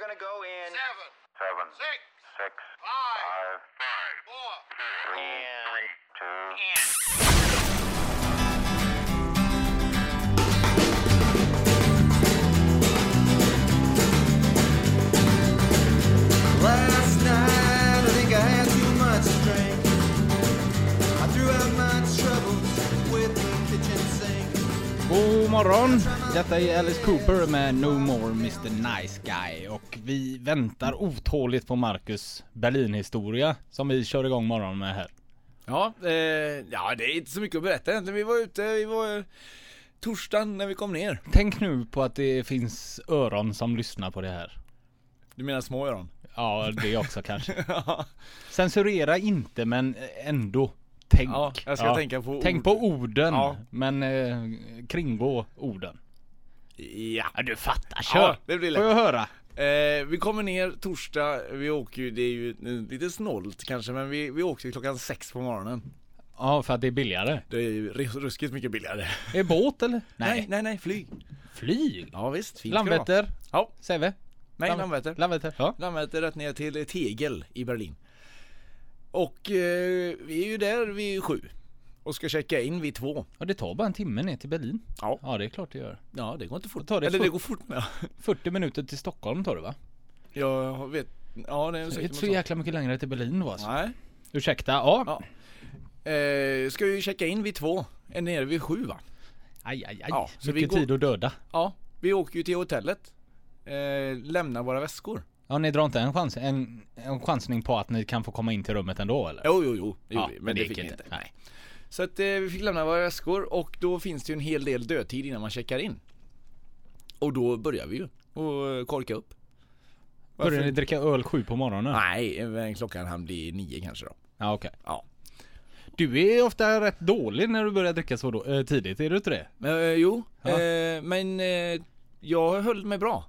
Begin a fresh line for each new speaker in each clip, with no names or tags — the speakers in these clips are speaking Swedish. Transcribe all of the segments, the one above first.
gonna go in.
seven,
seven,
six,
six,
five,
five,
four.
three,
And
two.
Last night, I think I had too much to drink. I threw out my troubles with the kitchen sink.
God morgon! Detta är Alice Cooper med No More Mr Nice Guy och vi väntar otåligt på Marcus Berlinhistoria som vi kör igång morgonen med här.
Ja, eh, ja, det är inte så mycket att berätta egentligen. Vi var ute, vi var eh, torsdagen när vi kom ner.
Tänk nu på att det finns öron som lyssnar på det här.
Du menar små öron?
Ja, det också kanske.
ja,
Censurera inte men ändå. Tänk.
Ja, jag ska tänka på
Tänk
ord.
på orden,
Ja.
men eh, kringgå orden.
ja.
Ja, du fattar, kör!
Ja, det blir lätt.
Får jag höra?
Eh, vi kommer ner torsdag, vi åker ju, det är ju eh, lite snålt kanske men vi, vi åkte ju klockan sex på morgonen.
Ja, för att det är billigare.
Det är ju ris- ruskigt mycket billigare.
Är det båt eller?
nej, nej, nej, flyg.
Flyg?
Ja visst, fint ska det vara.
Landvetter?
Ja,
Säve?
nej Landvetter.
Landvetter, ja.
Landvetter rätt ner till Tegel i Berlin. Och eh, vi är ju där vid sju. Och ska checka in vid två.
ja. det tar bara en timme ner till Berlin.
Ja.
Ja, det är klart det gör.
Ja, det går inte fort.
tar det
Eller
fort.
det går fort med.
40 minuter till Stockholm tar det va?
Jag vet... Ja, det är
Det är
säkert
inte så
något
jäkla mycket längre till Berlin då
sånt.
alltså.
Nej.
Ursäkta, ja.
Ja. Eh, ska ju checka in vid två. Är nere vid sju va?
Aj, aj, aj.
Ja, så vi
mycket
går-
tid att döda.
Ja. Vi åker ju till hotellet. Eh, lämnar våra väskor.
Ja, ni drar inte en, chans, en, en chansning på att ni kan få komma in till rummet ändå eller?
Jo, jo, jo. Det
Ja,
gjorde vi, men det,
gick
fick vi inte.
Nej.
Så att eh, vi fick lämna våra väskor och då finns det ju en hel del dödtid innan man checkar in. Och då börjar vi ju och eh, korka upp.
Börjar ni dricka öl sju på morgonen?
Nej, eh, men klockan han blir nio kanske då.
Ja, okej.
Ja.
Du är ofta rätt dålig när du börjar dricka så då, eh, tidigt, är du inte det?
Men, eh, jo,
Ja.
eh, men eh, jag höll mig bra.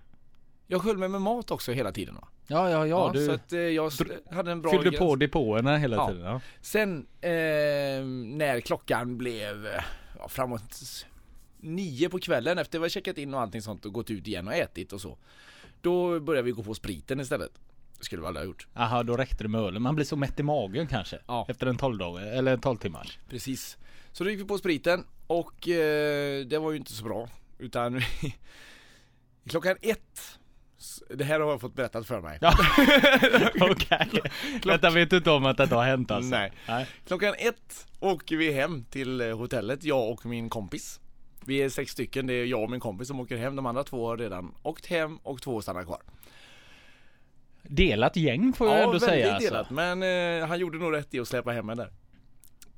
Jag höll mig med mat också hela tiden va?
Ja, ja, ja. du
Så att eh, jag s- hade en bra
fyllde
gräns.
på depåerna hela
Ja.
tiden. Ja.
Sen eh, när klockan blev eh, ja, framåt s- nio på kvällen efter vi har checkat in och allting sånt och gått ut igen och ätit och så. Då började vi gå på spriten istället. Det skulle vi aldrig ha gjort.
Aha, då räckte det med ölen. Man blir så mätt i magen kanske.
Ja.
Efter en 12 dagar, eller en 12 timmars.
Precis. Så då gick vi på spriten och eh, det var ju inte så bra. Utan klockan ett, s- det här har jag fått berättat för mig.
Ja. Okej. Detta vet du inte om att detta har hänt alltså?
Nej.
Nej.
Klockan ett åker vi hem till eh, hotellet, jag och min kompis. Vi är sex stycken, det är jag och min kompis som åker hem. De andra två har redan åkt hem och två stannar kvar.
Delat gäng får jag ändå säga alltså.
delat. Men eh, han gjorde nog rätt i att släppa hem mig där.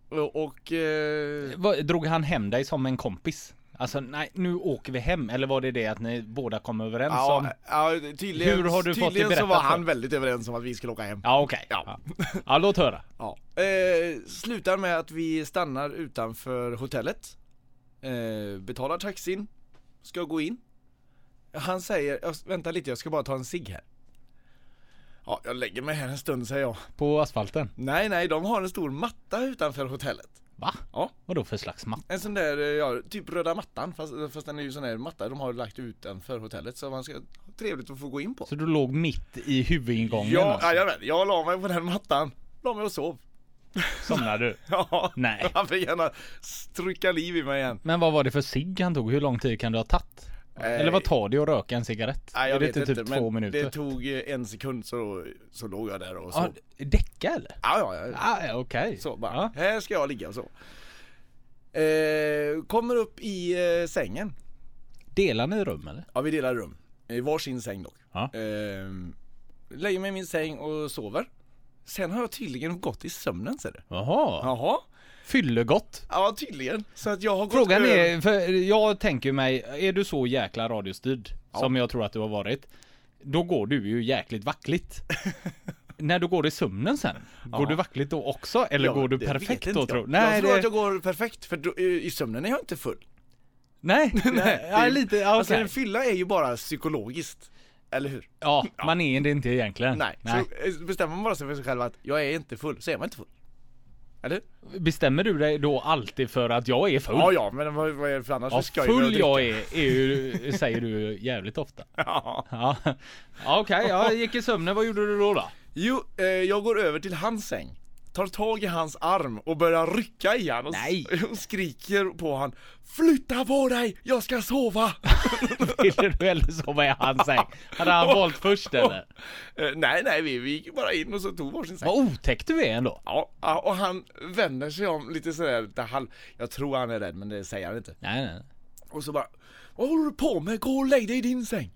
Och, och eh,
Vad- Drog han hem dig som en kompis? Alltså nej, nu åker vi hem. Eller var det det att ni båda kom överens om?
ja, ja, tydligen,
Hur har du fått det
tydligen så
berättat
var
för?
han väldigt överens om att vi skulle åka hem.
Ja okej.
Ja.
Ja. ja låt höra.
Ja. Eh, slutar med att vi stannar utanför hotellet. Eh, betalar taxin. Ska gå in. Han säger, "Jag- vänta lite jag ska bara ta en cigg här. Ja, jag lägger mig här en stund säger jag.
På asfalten.
Nej, nej, de har en stor matta utanför hotellet.
Va?
Ja.
Vadå för slags matt?
En sån där, eh, ja, typ röda mattan. Fast, fast den är ju sån där matta de har lagt utanför hotellet. Så man ska, trevligt att få gå in på.
Så du låg mitt i huvudingången?
Ja,
alltså.
jajamän, jag la mig på den mattan. La mig och sov.
Somnade du?
Ja,
Nej.
han fick gärna stryka liv i mig igen.
Men vad var det för cigg han tog? Hur lång tid kan det ha tagit? Eller vad tar det att röka en cigarett?
Eh, Nej, jag
är det
vet
inte typ
inte,
två
men
minuter?
det tog eh, en sekund så, så låg jag där och så.
Ja,
Ja,
däcka eller?
ja, ja.
Ah, ja, okej.
Så bara,
Ja.
här ska jag ligga och så. Eh, kommer upp i eh, sängen.
Delar ni rum eller?
Ja, vi delar rum. I varsin säng dock.
Ja.
Eh, lägger mig i min säng och sover. Sen har jag tydligen gått i sömnen ser du.
Jaha.
Jaha.
Fyllegott.
Ja, tydligen. Så att jag har gått
Frågan
över-
är, för jag tänker mig, är du så jäkla radiostyrd som jag tror att du har varit, då går du ju jäkligt vackligt. När du går i sömnen sen, går du vackligt då också? Eller
Ja,
går du
det
perfekt
vet
då
inte
tror
jag.
du?
Nej,
Nej,
jag tror
det-
att jag går perfekt för då, eh, i, i sömnen är jag inte full.
nej, nej, ja,
Det-
lite, ja,
Alltså
okej.
en fylla är ju bara psykologiskt. Eller hur?
ja, man är det inte egentligen.
Nej. Så eh, bestämmer man bara sig för sig själv att jag är inte full, så är man inte full. Eller?
Bestämmer du dig då alltid för att jag är full?
Ja, ja, men vad, vad är det för annars?
Ja,
så ska jag ju börja
full
dricka.
jag är, är ju, säger du jävligt ofta.
Ja.
Ja, ja okej, jag gick i sömnen. Vad gjorde du då? då?
Jo, eh, jag går över till hans säng Tar tag i hans arm och börjar rycka i han och, s-
Nej.
och skriker på han Flytta på dig, jag ska sova!
Ville du hellre sova i hans säng? Hade han valt först eller?
Eh, nej, nej, vi, vi gick bara in och så tog varsin säng
Vad otäckt du är ändå.
Ja, ja, och han vänder sig om lite sådär lite halv... Jag tror han är rädd men det säger han inte
Nej, nej.
Och så bara Vad håller du på med? Gå och lägg dig i din säng!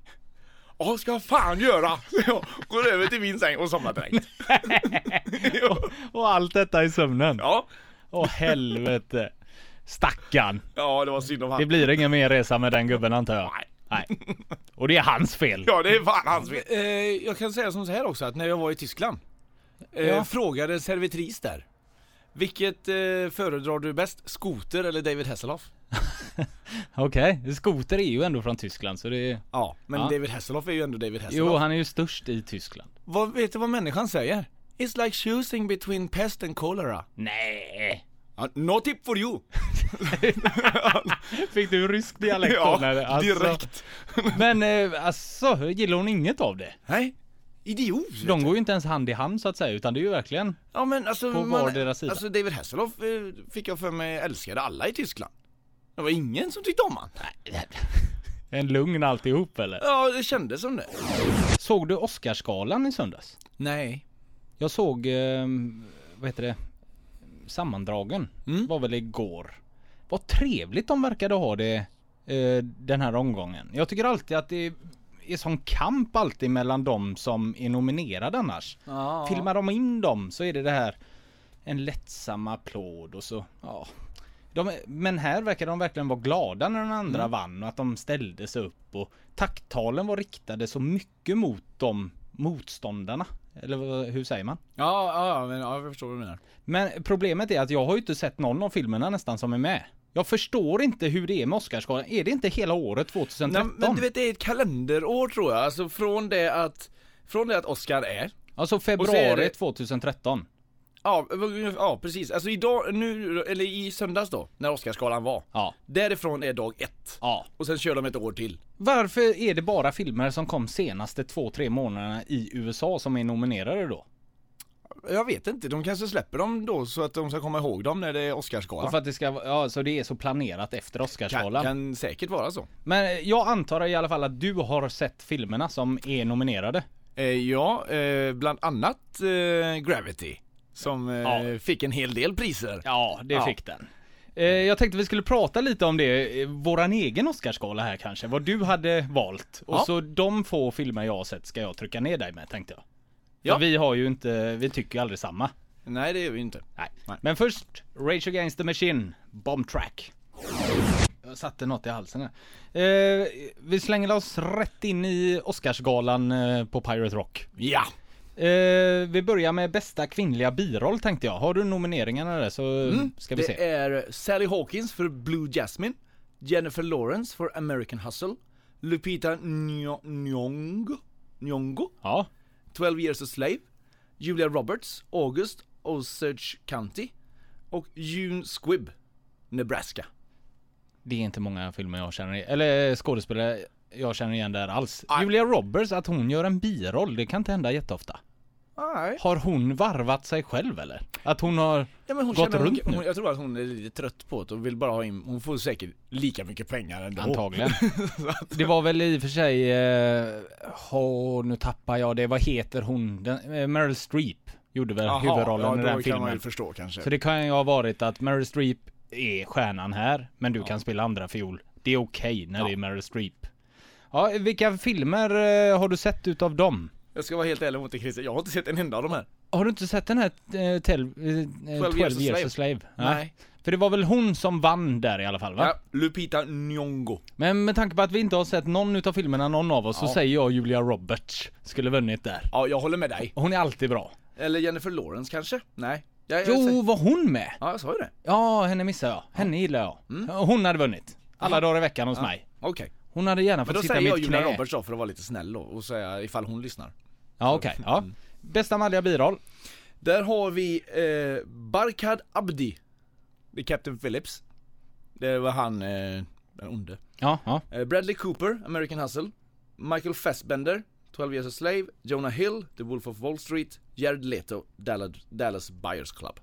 Ja, ska jag fan göra! Så jag går över till min säng och somnar direkt Jo,
Och allt detta i sömnen.
Ja,
Åh helvete. Stackarn.
ja det var synd om
Det
han
blir ingen mer resa med den gubben antar jag.
Nej.
Nej. Och det är hans fel.
Ja, det är fan hans fel. Eh, jag kan säga som så här också, att när jag var i Tyskland eh,
Ja.
frågade en servitris där. Vilket eh, föredrar du bäst, skoter eller David Hasselhoff?
Okej, skoter är ju ändå från Tyskland så det är...
Ja, men
Ja.
David Hasselhoff är ju ändå David Hasselhoff.
Jo, han är ju störst i Tyskland.
Vad, vet du vad människan säger? It's like choosing between pest and cholera.
Nej.
Uh, no tip for you!
Fick du rysk dialekt då? när det-
ja,
alltså.
direkt.
Men eh, alltså, gillar hon inget av det?
Nej, idiot!
De går ju inte ens hand i hand så att säga, utan det är ju verkligen...
ja, men alltså,
på
man,
vardera sida.
alltså David Hasselhoff eh, fick jag för mig älskade alla i Tyskland. Det var ingen som tyckte om han.
En lugn alltihop eller?
Ja, det kändes som det.
Såg du Oscarsgalan i söndags?
Nej.
Jag såg, eh, vad heter det, Sammandragen. Var väl igår. Vad trevligt de verkade ha det eh, den här omgången. Jag tycker alltid att det är sån kamp alltid mellan de som är nominerade annars.
Ja.
Filmar de in dem så är det det här en lättsam applåd och så, ja. De, men här verkar de verkligen vara glada när den andra
Mm.
vann och att de ställde sig upp och tacktalen var riktade så mycket mot de motståndarna. Eller vad- hur säger man?
Ja, ja, ja, men, ja, jag förstår vad du menar.
Men problemet är att jag har ju inte sett någon av filmerna nästan som är med. Jag förstår inte hur det är med Oscarsgalan. Är det inte hela året 2013?
men du vet, det är ett kalenderår tror jag. Alltså från det att, från det att Oscar är.
Alltså
så är
februari
det-
2013.
Ja, ungefär- ja, precis. Alltså idag, nu, eller i söndags då, när Oscarsgalan var.
Ja.
Därifrån är dag ett.
Ja.
Och sen kör de ett år till.
Varför är det bara filmer som kom senaste två, tre månaderna i USA som är nominerade då?
Jag vet inte, de kanske släpper dem då så att de ska komma ihåg dem när det är
Och för
Oscarsgalan.
att det ska vara- ja, så det är så planerat efter
Kan,
Oscarsgalan.
kan säkert vara så.
Men jag antar i alla fall att du har sett filmerna som är nominerade.
Eh, ja, eh, bland annat eh, Gravity. Som eh,
Ja.
fick en hel del priser.
Ja, det
Ja.
fick den. Eh, Jag tänkte vi skulle prata lite om det, eh, våran egen Oscarsgala här kanske, vad du hade valt. Och
Ja.
så de få filmer jag har sett ska jag trycka ner dig med tänkte jag. Ja.
Ja.
Vi har ju inte, vi tycker ju aldrig samma.
Nej, det är vi inte.
Nej.
Nej.
Men först, Rage Against the Machine, Bomb Track. Jag satte något i halsen här. Eh, vi slänger oss rätt in i Oscarsgalan eh, på Pirate Rock.
Ja!
Eh, vi börjar med bästa kvinnliga biroll tänkte jag. Har du nomineringarna där så eh, ska vi
Mm, det
se.
är Sally Hawkins för Blue Jasmine, Jennifer Lawrence för American Hustle, Lupita Nyo- Nyong'o, Nyong'o,
Ja,
12 Years a Slave, Julia Roberts, August, Osage County och June Squibb, Nebraska.
det är inte många filmer jag känner igen, eller eh, skådespelare jag känner igen där alls.
Nej.
Julia Roberts, att hon gör en biroll, det kan inte hända jätteofta.
Nej.
Har hon varvat sig själv eller? Att hon har...
Ja, men hon
Gått
känner,
runt nu.
hon, hon, jag tror att hon är lite trött på det och vill bara ha in, hon får säkert lika mycket pengar ändå.
Antagligen. Det var väl i och för sig, eh, åh, nu tappar jag det, vad heter hon? Den, eh, Meryl Streep gjorde väl
Jaha,
huvudrollen
ja,
i
då
den
kan man ju
filmen.
förstå kanske.
Så det kan ju ha varit att Meryl Streep är stjärnan här, men du kan spela andra fiol. Det är okej när det är Meryl Streep. Ja, vilka filmer eh, har du sett utav dem?
Jag ska vara helt ärlig mot dig Christer, jag har inte sett en enda av de här.
Har du inte sett den här eh, tel, eh, eh, 12 years a slave?
Nej.
För det var väl hon som vann där i alla fall va?
Ja, Lupita Nyong'o.
Men med tanke på att vi inte har sett någon utav filmerna, någon av oss, så
Ja.
säger jag Julia Roberts skulle vunnit där.
Ja, jag håller med dig.
Hon är alltid bra.
Eller Jennifer Lawrence kanske? Nej. Jag, jag
Jo,
säger-
var hon med?
Ja, jag sa ju det.
Ja, henne missar jag. Henne gillar jag. Hon hade vunnit. Alla dagar i veckan hos mig.
Okej.
Hon hade gärna
Men då
fått sitta
säger
i
jag
mitt knä.
Julia Roberts då för att vara lite snäll då, och säga ifall hon lyssnar.
Mm. Ja, okej. Ja. Bästa manliga biroll.
Där har vi eh, Barkad Abdi. Det är Captain Phillips. Det var han, eh, den onde.
Ja, ja.
Eh, Bradley Cooper, American Hustle. Michael Fassbender, 12 Years a Slave. Jonah Hill, The Wolf of Wall Street. Jared Leto, Dallas, Dallas Buyers Club.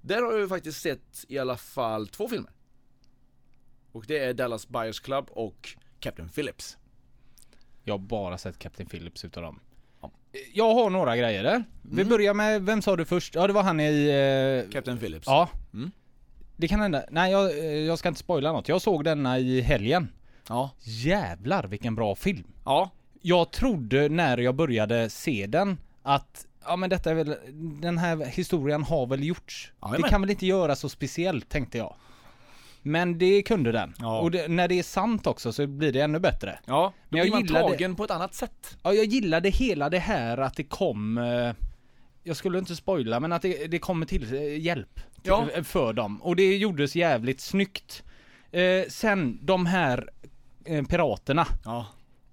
Där har jag ju faktiskt sett i alla fall två filmer. Och det är Dallas Buyers Club och Captain Phillips.
Jag har bara sett Captain Phillips utav dem. Mm.
Ja.
Jag har några grejer där. Vi börjar med, vem sa du först? Ja det var han i... Eh,
Captain Phillips.
ja.
Mm.
Det kan hända. Nej jag, eh, jag ska inte spoila något. Jag såg denna i helgen.
Ja.
Jävlar vilken bra film.
Ja.
Jag trodde när jag började se den att Ja men detta är väl, den här historien har väl gjorts.
Jajamän.
det kan väl inte göras så speciellt tänkte jag. Men det kunde den.
Ja.
Och det, när det är sant också så blir det ännu bättre.
Ja, då
Men jag
blir man
gillar det.
tagen på ett annat sätt.
Ja, jag gillade hela det här att det kom eh, Jag skulle inte spoila men att det, det kommer till eh, hjälp
Ja.
till- för dem och det gjordes jävligt snyggt eh, Sen de här eh, piraterna
Ja.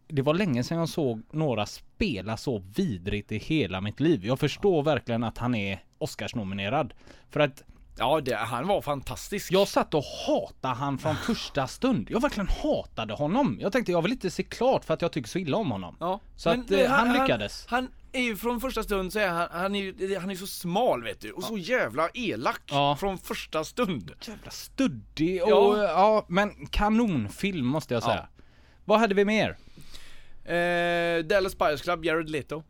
Det var länge sedan jag såg några spela så vidrigt i hela mitt liv Jag förstår verkligen att han är Oscarsnominerad För att
Ja, det, han var fantastisk.
jag satt och hatade han
Ah.
från första stund Jag verkligen hatade honom Jag tänkte jag vill inte se klart för att jag tycker så illa om honom
Ja.
Så att, eh, han lyckades.
Han, är ju från första stund så är han, han är ju han är så smal vet du, och så jävla elak
Ja.
från första stund.
Jävla studdig och
Ja.
ja. men kanonfilm måste jag säga. Vad hade vi mer?
Eh, Dallas Buyers Club, Jared Leto.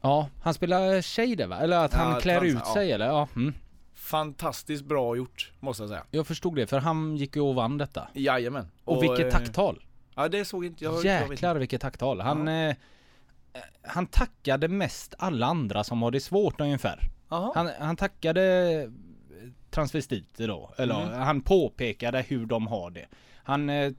Ja, han spelar tjej där va? Eller att han
Ja,
klär
trans-
ut sig eller? Ja, mm.
Fantastiskt bra gjort, måste jag säga.
Jag förstod det för han gick ju och vann detta.
Jajamän.
Och, vilket
eh,
tacktal!
Ja, det såg inte jag. jag vet
Jäklar vilket tacktal. Han, eh, han tackade mest alla andra som har det svårt ungefär.
Jaha.
Han, han tackade eh, transvestiter då, eller
Mm.
han påpekade hur de har det. Han eh,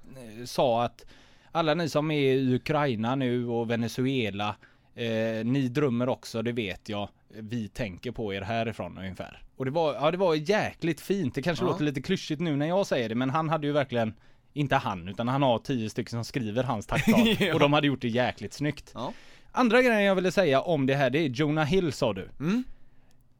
sa att alla ni som är i Ukraina nu och Venezuela, eh, ni drömmer också, det vet jag. Vi tänker på er härifrån ungefär. Och det var, ja det var jäkligt fint. Det kanske
Ja.
låter lite klyschigt nu när jag säger det, men han hade ju verkligen inte han, utan han har tio stycken som skriver hans tacktal.
Ja.
Och de hade gjort det jäkligt snyggt.
Ja.
Andra grejen jag ville säga om det här, det är Jonah Hill sa du.
Mm.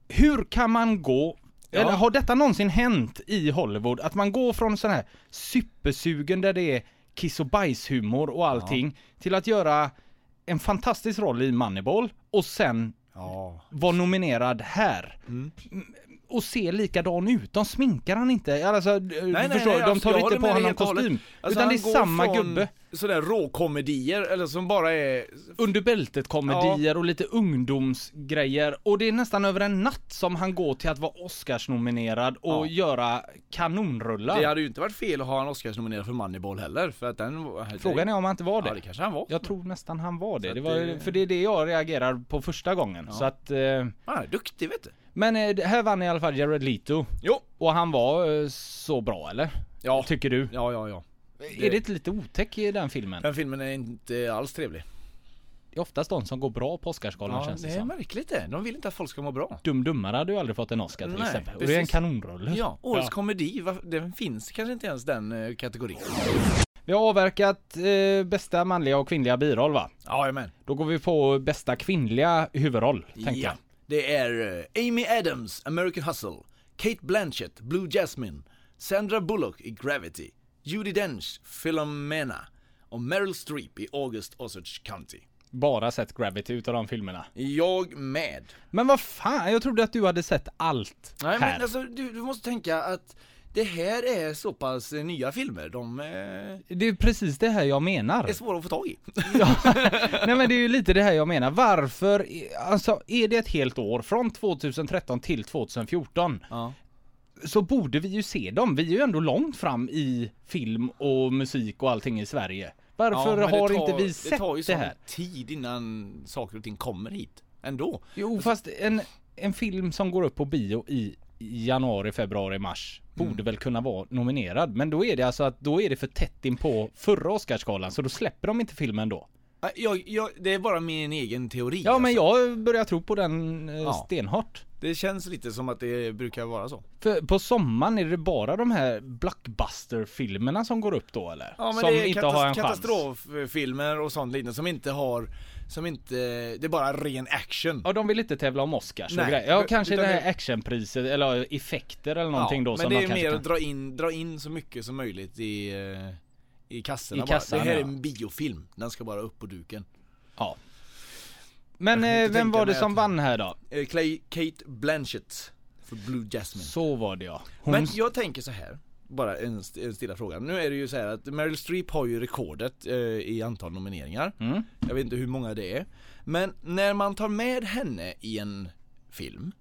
Hur kan man gå, eller har detta någonsin hänt i Hollywood? Att man går från sån här supersugen där det är kiss och bajshumor och allting, till att göra en fantastisk roll i Moneyball och sen
Ja.
var nominerad här.
Mm.
M- Och ser likadan ut, de sminkar han inte. Alltså, du
Nej, nej,
förstår,
nej,
de
alltså,
tar
jag
inte
håller med
på
dig
honom
helt och hållet.
kostym.
Alltså,
utan det
han
är
går
samma
från
gubbe.
Sådär råkomedier, eller som bara är...
under bältet komedier och lite ungdomsgrejer och det är nästan över en natt som han går till att vara Oscarsnominerad
Ja.
och göra kanonrullar.
Det hade ju inte varit fel att ha en Oscarsnominerad för Moneyball heller, för att den... var-
Frågan är om han inte var det.
Ja, det kanske han var.
Jag tror nästan han var det.
att
det, var,
det-
För det är det jag reagerar på första gången. Så att, eh,
Han är duktig vet du.
men eh, det här vann i alla fall Jared Leto.
Jo.
Och han var eh, så bra eller?
Ja.
Tycker du?
Ja, ja, ja.
Är det inte lite otäck i den filmen?
Den filmen är inte alls trevlig.
Det är oftast de som går bra på Oscarsgalan känns det,
det är
som.
märkligt det. De vill inte att folk ska må bra.
Dum Dummare hade ju aldrig fått en Oscar till
Nej,
exempel. Och det är en
precis.
kanonrulle.
Ja, årets komedi, va- den finns kanske inte ens den eh, kategorin.
Vi har avverkat eh, bästa manliga och kvinnliga biroll va?
Jajamän.
Då går vi på bästa kvinnliga huvudroll, tänkte
Ja.
jag.
Det är eh, Amy Adams, American Hustle, Kate Blanchett, Blue Jasmine, Sandra Bullock i Gravity, Judi Dench, Philomena och Meryl Streep i August Osage County.
Bara sett Gravity utav de filmerna.
Jag med.
Men vad fan, jag trodde att du hade sett allt
Nej
här.
men alltså du, du måste tänka att det här är så pass eh, nya filmer, de eh,
Det är precis det här jag menar.
är svåra att få tag i.
Nej men det är ju lite det här jag menar. Varför, alltså är det ett helt år från 2013 till 2014
Ja.
så borde vi ju se dem. Vi är ju ändå långt fram i film och musik och allting i Sverige. Varför
men det
har
tar-
inte vi
Det
sett
tar ju
det,
sån
här?
tid innan saker och ting kommer hit. Ändå.
Jo fast en, en film som går upp på bio i i januari, februari, mars borde
Mm.
väl kunna vara nominerad. Men då är det alltså att då är det för tätt in på förra Oscarsgalan så då släpper de inte filmen då.
Äh, Jag, jag, det är bara min egen teori.
Ja men
alltså.
jag börjar tro på den eh, stenhårt.
Det känns lite som att det brukar vara så.
För på sommaren är det bara de här blockbuster-filmerna som går upp då eller?
Ja men
som
det är
inte
katas-
har en chans.
katastroffilmer och sånt liknande som inte har som inte, det är bara ren action.
Ja, de vill inte tävla om Oscars och
Nej,
grejer. Ja,
u-
kanske det
utan
här
det-
actionpriset eller effekter eller någonting
Ja,
då
men
som
det
man
är
kanske
mer
kan...
att dra in, dra in så mycket som möjligt i, eh, i kassorna
I
bara.
kassan,
Det här
ja.
är en biofilm, den ska bara upp på duken.
Ja. Men
kan inte
eh, vem
tänka
var det
mig
som
att-
vann här då?
Eh, Clay, Kate Blanchett för Blue Jasmine.
Så var det ja. Hon...
Men jag tänker så här bara en, st- en stilla fråga. Nu är det ju så här att Meryl Streep har ju rekordet eh, i antal nomineringar.
Mm.
Jag vet inte hur många det är. Men när man tar med henne i en film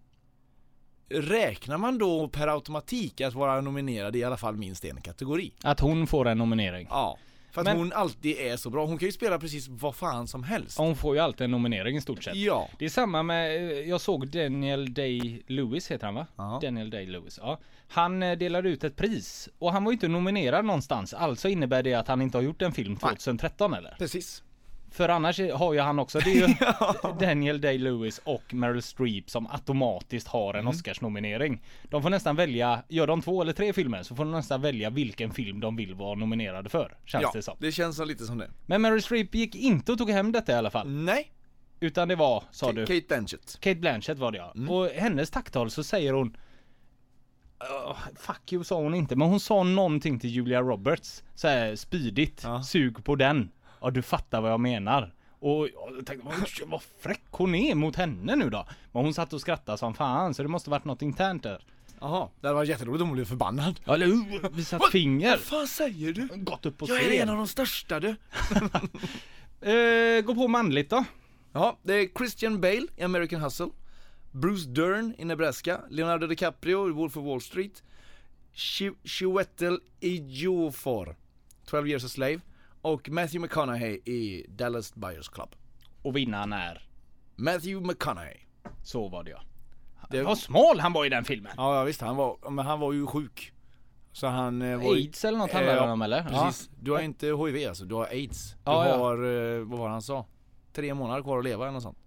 Räknar man då per automatik att vara nominerad i alla fall minst en kategori?
Att hon får en nominering.
Ja. För att
Men-
hon alltid är så bra. Hon kan ju spela precis vad fan som helst.
Hon får ju alltid en nominering i stort sett.
Ja.
Det är samma med, eh, jag såg Daniel Day-Lewis heter han va?
Ja.
Daniel Day-Lewis, ja. Han eh, delade ut ett pris och han var ju inte nominerad någonstans. Alltså innebär det att han inte har gjort en film 2013 eller?
Precis.
För annars är- har ju han också, det är ju Daniel Day-Lewis och Meryl Streep som automatiskt har en
Mm.
Oscarsnominering. De får nästan välja, gör de två eller tre filmer så får de nästan välja vilken film de vill vara nominerade för. Känns
Ja,
det som.
det känns som lite som det.
Men Meryl Streep gick inte och tog hem detta i alla fall.
Nej,
Utan det var, sa du?
Mm. Kate Mm. Blanchett.
Kate Blanchett var det ja. Och hennes tacktal så säger hon "Åh, Fuck you sa hon inte, men hon sa någonting till Julia Roberts. Så här spydigt.
Ja.
Sug på den. Ja du fattar vad jag menar. Och jag tänkte "Oj, vad fräck hon är mot henne nu då. Men hon satt och skrattade som fan så det måste varit något internt där.
Jaha, det hade varit jätteroligt om hon blev förbannad.
Ja, Eller hur? Visat
Vad-
finger.
Vad fan säger du?
Gått upp på
Jag är en av
scen.
de största du.
Eh, gå på manligt då.
Ja, det är Christian Bale i American Hustle. Bruce Dern i Nebraska. Leonardo DiCaprio i Wolf of Wall Street. Chi- Chiwetel Ejiofor, 12 years a slave. Och Matthew McConaughey i Dallas Buyers Club.
Och vinnaren är,
Matthew McConaughey.
så var det ja.
Det-
Vad smal han var i den filmen.
Ja, ja visst, han var, men han var ju sjuk. Så han eh, var ju-
Aids eller något handlar
Eh,
det
ja,
om eller?
Precis. Du har inte HIV alltså, du har aids. Du
Ja, ja.
har, eh, vad var det han sa? Tre månader kvar att leva eller något sånt.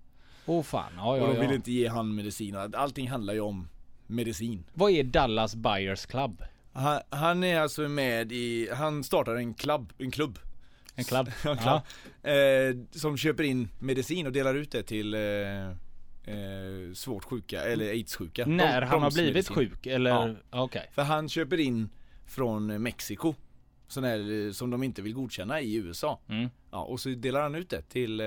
Åh oh, fan, ja,
Och
ja,
de
ja.
vill inte ge han medicin. Allting handlar ju om medicin.
Vad är Dallas Buyers Club?
Han, han är alltså med i, han startar en klubb, en klubb.
En klubb?
En klubb eh, som köper in medicin och delar ut det till eh, eh, svårt sjuka, eller aidssjuka.
Mm. När
De-
han har
bromsmedicin.
blivit sjuk eller? Okej.
För han köper in från Mexiko. Sån här eh, som de inte vill godkänna i USA.
Mm.
Ja, och så delar han ut det till eh,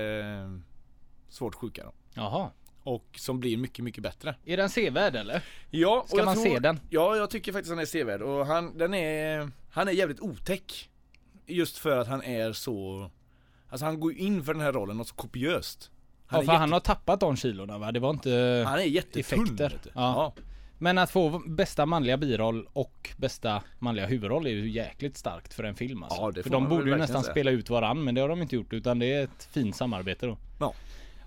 svårt sjuka då.
Jaha.
Och som blir mycket, mycket bättre.
Är den sevärd eller?
Ja,
Ska man se den?
Ja, jag tycker faktiskt han är sevärd och han, den är, han är jävligt otäck. Just för att han är så, alltså han går ju in för den här rollen något så kopiöst.
Han ja,
är
för han
jätte-
har tappat de kilorna va? Det var inte...
han är jättetunn.
effekter.
vet du.
Ja. Men att få bästa manliga biroll och bästa manliga huvudroll är ju jäkligt starkt för en film alltså.
Ja, det
För
får
de
man
borde
väl
ju
verkligen
nästan
säga.
spela ut varann men det har de inte gjort utan det är ett fint samarbete då.
Ja.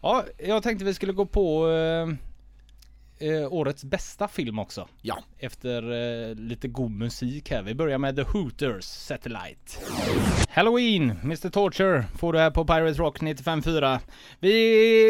Ja, jag tänkte vi skulle gå på eh, eh, årets bästa film också.
ja.
efter eh, lite god musik här. Vi börjar med The Hooters Satellite. Halloween, Mr Torture får du här på Pirate Rock 95.4. Vi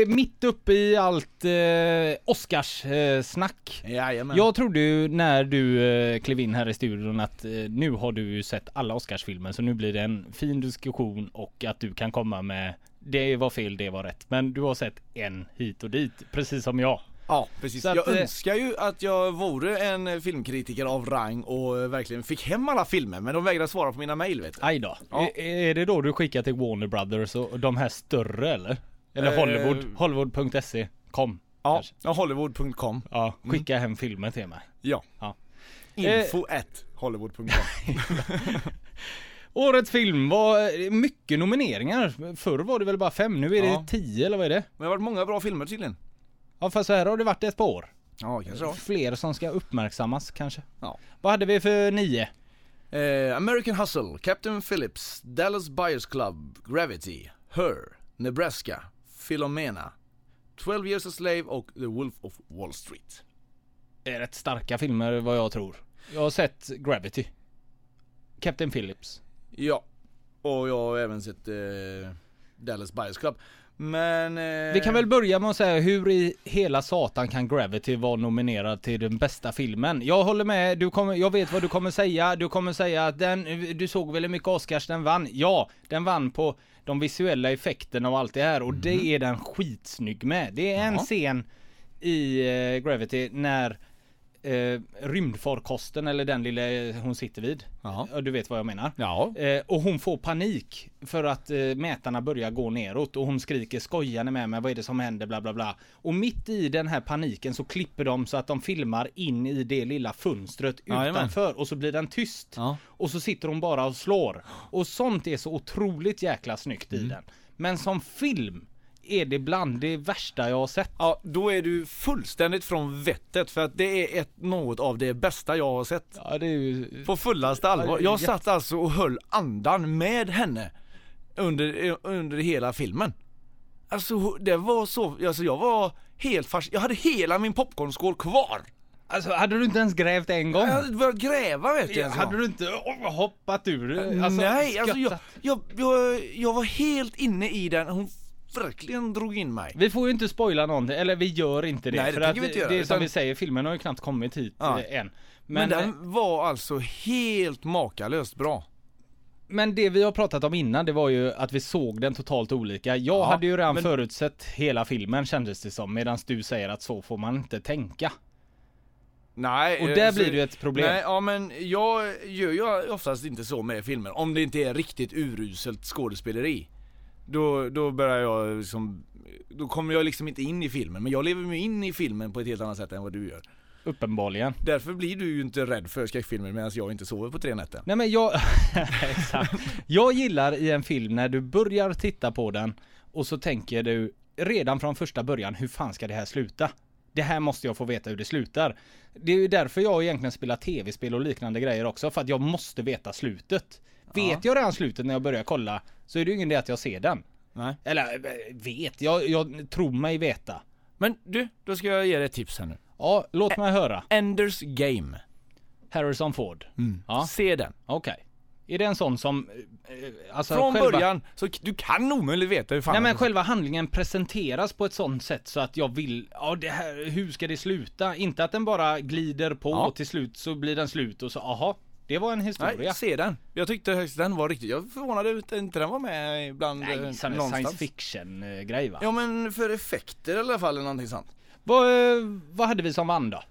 är mitt uppe i allt eh, Oscars eh, snack.
Jajamän.
Jag trodde ju när du eh, klev in här i studion att eh, nu har du ju sett alla Oscarsfilmer så nu blir det en fin diskussion och att du kan komma med det var fel, det var rätt. Men du har sett en hit och dit, precis som jag.
Ja, precis.
Så att,
jag
eh,
önskar ju att jag vore en eh, filmkritiker av rang och eh, verkligen fick hem alla filmer men de vägrar svara på mina mejl vet du.
Aj då.
Ja.
Är, är det då du skickar till Warner Brothers och de här större eller? Eller
Eh.
Hollywood? Hollywood.se. Kom.
Ja,
kanske.
ja Hollywood.com.
Ja, skicka hem filmen till mig.
Ja.
Ja. Eh.
Info at Hollywood.com.
Årets film var eh, mycket nomineringar. Förr var det väl bara fem, nu är
Ja.
det tio eller vad är det?
Men det har varit många bra filmer tydligen.
Ja fast så här har det varit ett par år.
Ja, kanske det.
Fler som ska uppmärksammas kanske.
Ja.
Vad hade vi för nio?
Eh, American Hustle, Captain Phillips, Dallas Buyers Club, Gravity, Her, Nebraska, Philomena, 12 Years a Slave och The Wolf of Wall Street.
Det är rätt starka filmer vad jag tror. Jag har sett Gravity. Captain Phillips.
Ja, och jag har även sett eh, Dallas Buyers Club. Men... Eh,
Vi kan väl börja med att säga hur i hela satan kan Gravity vara nominerad till den bästa filmen? Jag håller med, du kommer, jag vet vad du kommer säga. Du kommer säga att den, du såg väldigt mycket Oscars, den vann. Ja, den vann på de visuella effekterna och allt det här och det är den skitsnygg med. Det är en
Mhm. Jaha.
scen i eh, Gravity när eh, rymdfarkosten eller den lilla eh, hon sitter vid.
Ja.
Ja, Du vet vad jag menar.
Ja.
Eh, och hon får panik för att eh, mätarna börjar gå neråt och hon skriker skojar ni med mig vad är det som händer bla bla bla. Och mitt i den här paniken så klipper de så att de filmar in i det lilla fönstret
Jajamän.
utanför och så blir den tyst.
Ja.
Och så sitter hon bara och slår. Och sånt är så otroligt jäkla snyggt
Mm.
i den. Men som film är det bland det värsta jag har sett.
Ja, då är du fullständigt från vettet för att det är ett, något av det bästa jag har sett.
Ja det är ju...
På fullaste allvar. Jag satt alltså och höll andan med henne under, eh, under hela filmen. Alltså ho- det var så, alltså jag var helt fast. jag hade hela min popcornskål kvar.
Alltså hade du inte ens grävt en gång?
Jag hade börjat gräva vet du.
Hade du inte åh, hoppat ur? Alltså,
alltså. Nej, alltså jag,
skrattat.
jag, jag, jag var helt inne i den, hon verkligen drog in mig.
Vi får ju inte spoila någonting, eller vi gör inte det.
Nej, det
för
tänker
att
vi inte göra,
det är som
utan-
vi säger, filmen har ju knappt kommit hit
Ja.
eh, än.
Men,
Men, men,
den var alltså helt makalöst bra.
det vi har pratat om innan, det var ju att vi såg den totalt olika. Jag
Ja,
hade ju redan
men-
förutsett hela filmen kändes det som, medan du säger att så får man inte tänka.
Nej,
Och
eh,
där
så-
blir det ju ett problem.
Nej, ja men jag gör ju oftast inte så med filmer. Om det inte är riktigt uruselt skådespeleri. Då, då börjar jag liksom, då kommer jag liksom inte in i filmen. Men jag lever mig in i filmen på ett helt annat sätt än vad du gör.
Uppenbarligen.
Därför blir du ju inte rädd för skräckfilmer medan jag inte sover på tre nätter.
Nej men jag, exakt. Jag gillar i en film när du börjar titta på den och så tänker du redan från första början, hur fan ska det här sluta? Det här måste jag få veta hur det slutar. Det är ju därför jag egentligen spelar tv-spel och liknande grejer också, för att jag måste veta slutet. Vet jag redan slutet när jag börjar kolla så är det ju ingen idé att jag ser den.
Nej.
Eller eh, vet, jag, jag tror mig veta.
Men du, då ska jag ge dig ett tips här nu.
Ja, låt mig höra.
Enders Game.
Harrison Ford.
Mm.
Ja,
Se den.
okej. Är det en sån som... eh, Alltså
Från
själva-
början, så k- du kan omöjligt veta hur fan alltså.
Nej men
det-
själva handlingen presenteras på ett sånt sätt så att jag vill, ja det här, hur ska det sluta? Inte att den bara glider på
Ja.
och till slut så blir den slut och så, aha, det var en historia.
Nej, se den. Jag tyckte högst den var riktigt, jag förvånade att inte den var med bland eh,
Nej, sån här science fiction eh, grej va?
Ja men för effekter i alla fall eller någonting sånt.
Vad, eh, vad hade vi som vann då?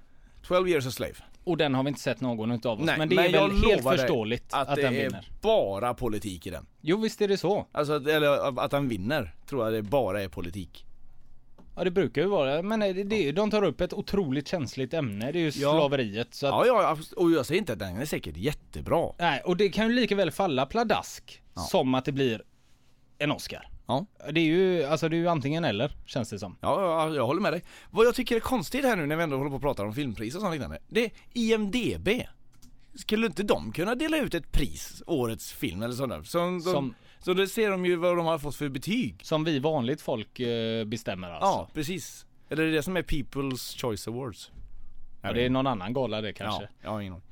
12 years a slave.
Och den har vi inte sett någon utav oss. men det är
jag
väl helt
lovar dig
förståeligt att,
att det
den
är
vinner.
bara politik i den.
Jo visst är det så.
Alltså att, eller att han vinner tror jag det bara är politik.
Ja det brukar ju vara, men eh, det, det, de tar upp ett otroligt känsligt ämne, det är ju
Ja.
slaveriet. Så
Ja
att,
ja, abs- och jag säger inte att den är säkert jättebra.
Nej, och det kan ju lika väl falla pladask som att det blir en Oscar.
Ja.
Det är ju, alltså det är ju antingen eller, känns det som.
Ja, ja, jag håller med dig. Vad jag tycker är konstigt här nu när vi ändå håller på och pratar om filmpriser och sånt liknande. Det är IMDB. Skulle inte de kunna dela ut ett pris, årets film eller sånt där? Som, de,
Som-
Så då ser de ju vad de har fått för betyg.
Som vi vanligt folk eh, bestämmer alltså.
Ja, precis. Eller är det det som är People's Choice Awards?
Och det är någon annan gala det kanske.
Ja, jag har ingen aning.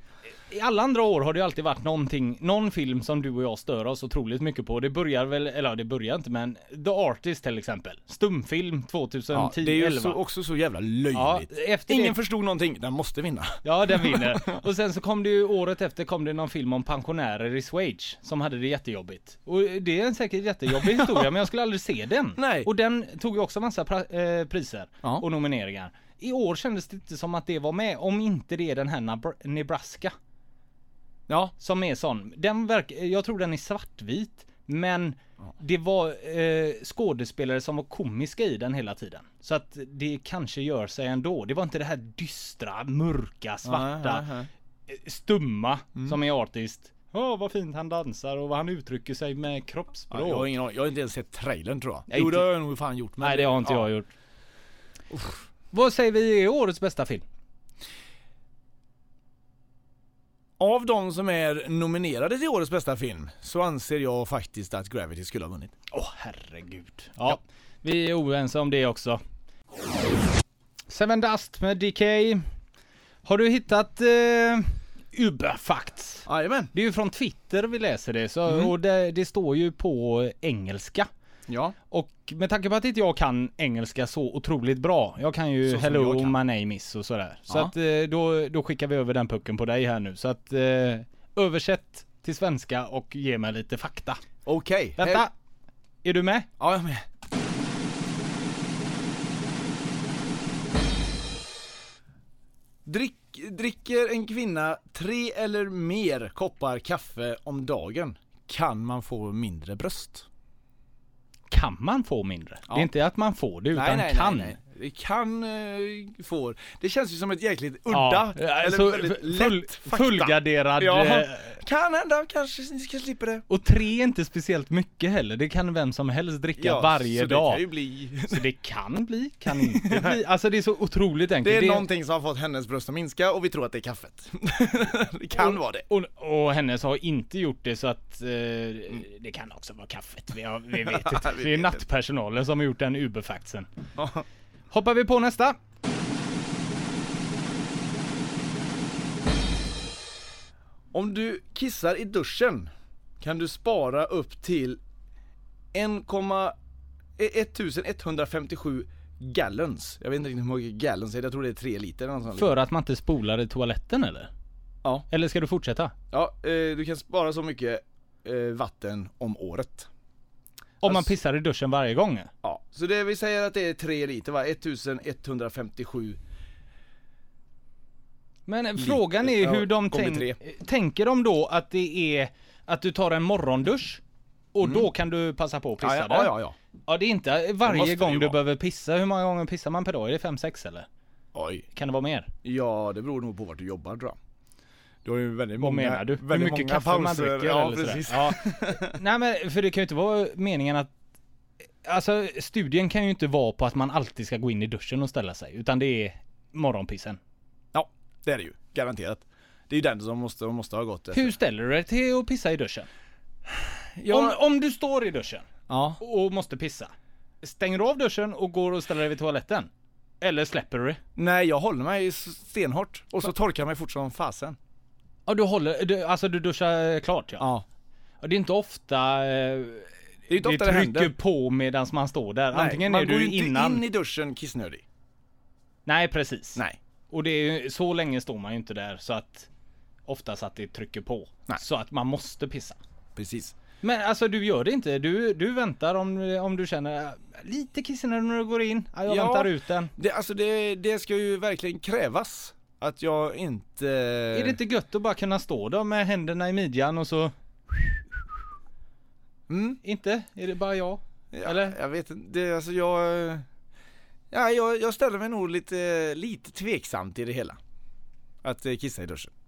I alla andra år har det ju alltid varit någonting, någon film som du och jag stör oss otroligt mycket på. Det börjar väl, eller ja, det börjar inte men The Artist till exempel. Stumfilm 2010
Ja, det är ju
11.
så, också så jävla
Ja,
löjligt.
efter
Ingen
det-
förstod någonting, den måste vinna.
Ja, den vinner. Och sen så kom det ju året efter kom det någon film om pensionärer i Schweiz som hade det jättejobbigt. Och det är en säkert jättejobbig historia, men jag skulle aldrig se den.
Nej.
Och den tog ju också massa pra- eh, priser
Ja.
och nomineringar. I år kändes det inte som att det var med, om inte det är den här Nabr- Nebraska
Ja,
som är sån. Den verk- jag tror den är svartvit, men det var eh, skådespelare som var komiska i den hela tiden. Så att det kanske gör sig ändå. Det var inte det här dystra, mörka, svarta,
Nej, Mm. nej, nej.
eh, stumma som är artist. Ja, vad fint han dansar och vad han uttrycker sig med kroppsspråk.
jag har ingen aning. Jag har inte ens sett trailern tror jag.
Nej,
jo,
inte-
det har jag nog fan gjort. men-
Nej, det har inte
ja.
jag gjort. Vad säger vi är årets bästa film?
Av de som är nominerade till årets bästa film så anser jag faktiskt att Gravity skulle ha vunnit.
Åh herregud. Ja, vi är oense om det också. Seven Dust med DK. Har du hittat eh, Uberfacts?
Jajamän.
Det är ju från Twitter vi läser det, så,
Mm.
och det, det står ju på engelska.
Ja.
Och med tanke på att inte jag kan engelska så otroligt bra, jag kan ju
Så som
hello
jag kan.
my name is och sådär. Så
Ja.
att eh, då, då skickar vi över den pucken på dig här nu. Så att eh, översätt till svenska och ge mig lite fakta.
Okej.
Vänta! Är du med?
Ja, jag med. Drick, dricker en kvinna tre eller mer koppar kaffe om dagen kan man få mindre bröst.
Kan man få mindre? Det
Ja.
är inte att man får det, utan kan.
Det kan, eh, får. Det känns ju som ett jäkligt
Ja,
udda,
alltså,
eller väldigt lätt
full,
fakta.
fullgarderad.
Ja,
eh,
kan hända, kanske ni ska slippa det.
Och tre är inte speciellt mycket heller. Det kan vem som helst dricka varje
så
dag.
Det kan ju bli
Så det kan bli, kan inte bli. Alltså det är så otroligt enkelt.
Det är någonting som har fått hennes bröst att minska och vi tror att det är kaffet. det kan vara det.
Och, och hennes har inte gjort det så att eh, det kan också vara kaffet. Vi, har, vi vet inte.
Vi
Det är
vet
nattpersonalen som har gjort den Uberfaxen.
Ja.
Hoppar vi på nästa.
Om du kissar i duschen kan du spara upp till e- 1,- 1157 gallons. Jag vet inte riktigt hur många gallons det är, jag tror det är 3 liter eller något sånt.
För att man inte spolar i toaletten eller?
Ja.
Eller ska du fortsätta?
Ja, eh, du kan spara så mycket eh, vatten om året.
Om man
Alltså-
pissar i duschen varje gång?
Ja, så det vi säger att det är 3 liter va? 1157
Men frågan är ju
Ja,
hur de
gånger
tänk,
tre.
tänker de då att det är att du tar en morgondusch och då kan du passa på att pissa
Mm. ja,
där?
ja, ja, ja.
Ja, det är inte
måste
varje
det ju
gång du
vara.
behöver pissa. Hur många gånger pissar man per dag? Är det 5-6 eller?
Oj.
Kan det vara mer?
Ja, det beror nog på vart du jobbar tror jag. Du har ju väldigt
Vad
många,
menar du? Hur
Väldigt
mycket
många
kaffe
pauser.
man dricker
Ja,
eller sådär.
precis.
Ja. Nej men för det kan ju inte vara meningen att Alltså studien kan ju inte vara på att man alltid ska gå in i duschen och ställa sig utan det är morgonpissen.
Ja, det är det ju. Garanterat. Det är ju den som måste, måste ha gått efter.
Hur ställer du dig till att pissa i duschen? Om,
Alltså. Ja.
om du står i duschen
ja.
och måste pissa. Stänger du av duschen och går och ställer dig vid toaletten? Eller släpper du det?
Nej, jag håller mig stenhårt. Och så torkar jag mig fort som fasen.
Ja du håller, du, alltså du duschar klart ja.
Ja.
ja. Det är inte ofta
Det
eh,
är ju inte
det
ofta det
trycker
händer.
på medan man står där.
Nej,
Antingen
man
är
går
du
ju inte
innan.
in i duschen kissnödig.
Nej precis.
Nej.
Och det är ju, så länge står man ju inte där så att oftast att det trycker på.
Nej.
Så att man måste pissa.
Precis.
Men alltså du gör det inte. Du, du väntar om, om du känner äh, lite kissnödig när du går in. Ja, jag
Ja.
väntar ut den.
Det, alltså det, det ska ju verkligen krävas. Att jag inte...
Är
Eh.
det inte gött att bara kunna stå där med händerna i midjan och så
Mm.
inte? Är det bara jag?
Ja,
Eller?
Jag vet inte, det, alltså jag... eh, Ja, jag, jag ställer mig nog lite, lite tveksam till det hela. Att eh, kissa i duschen.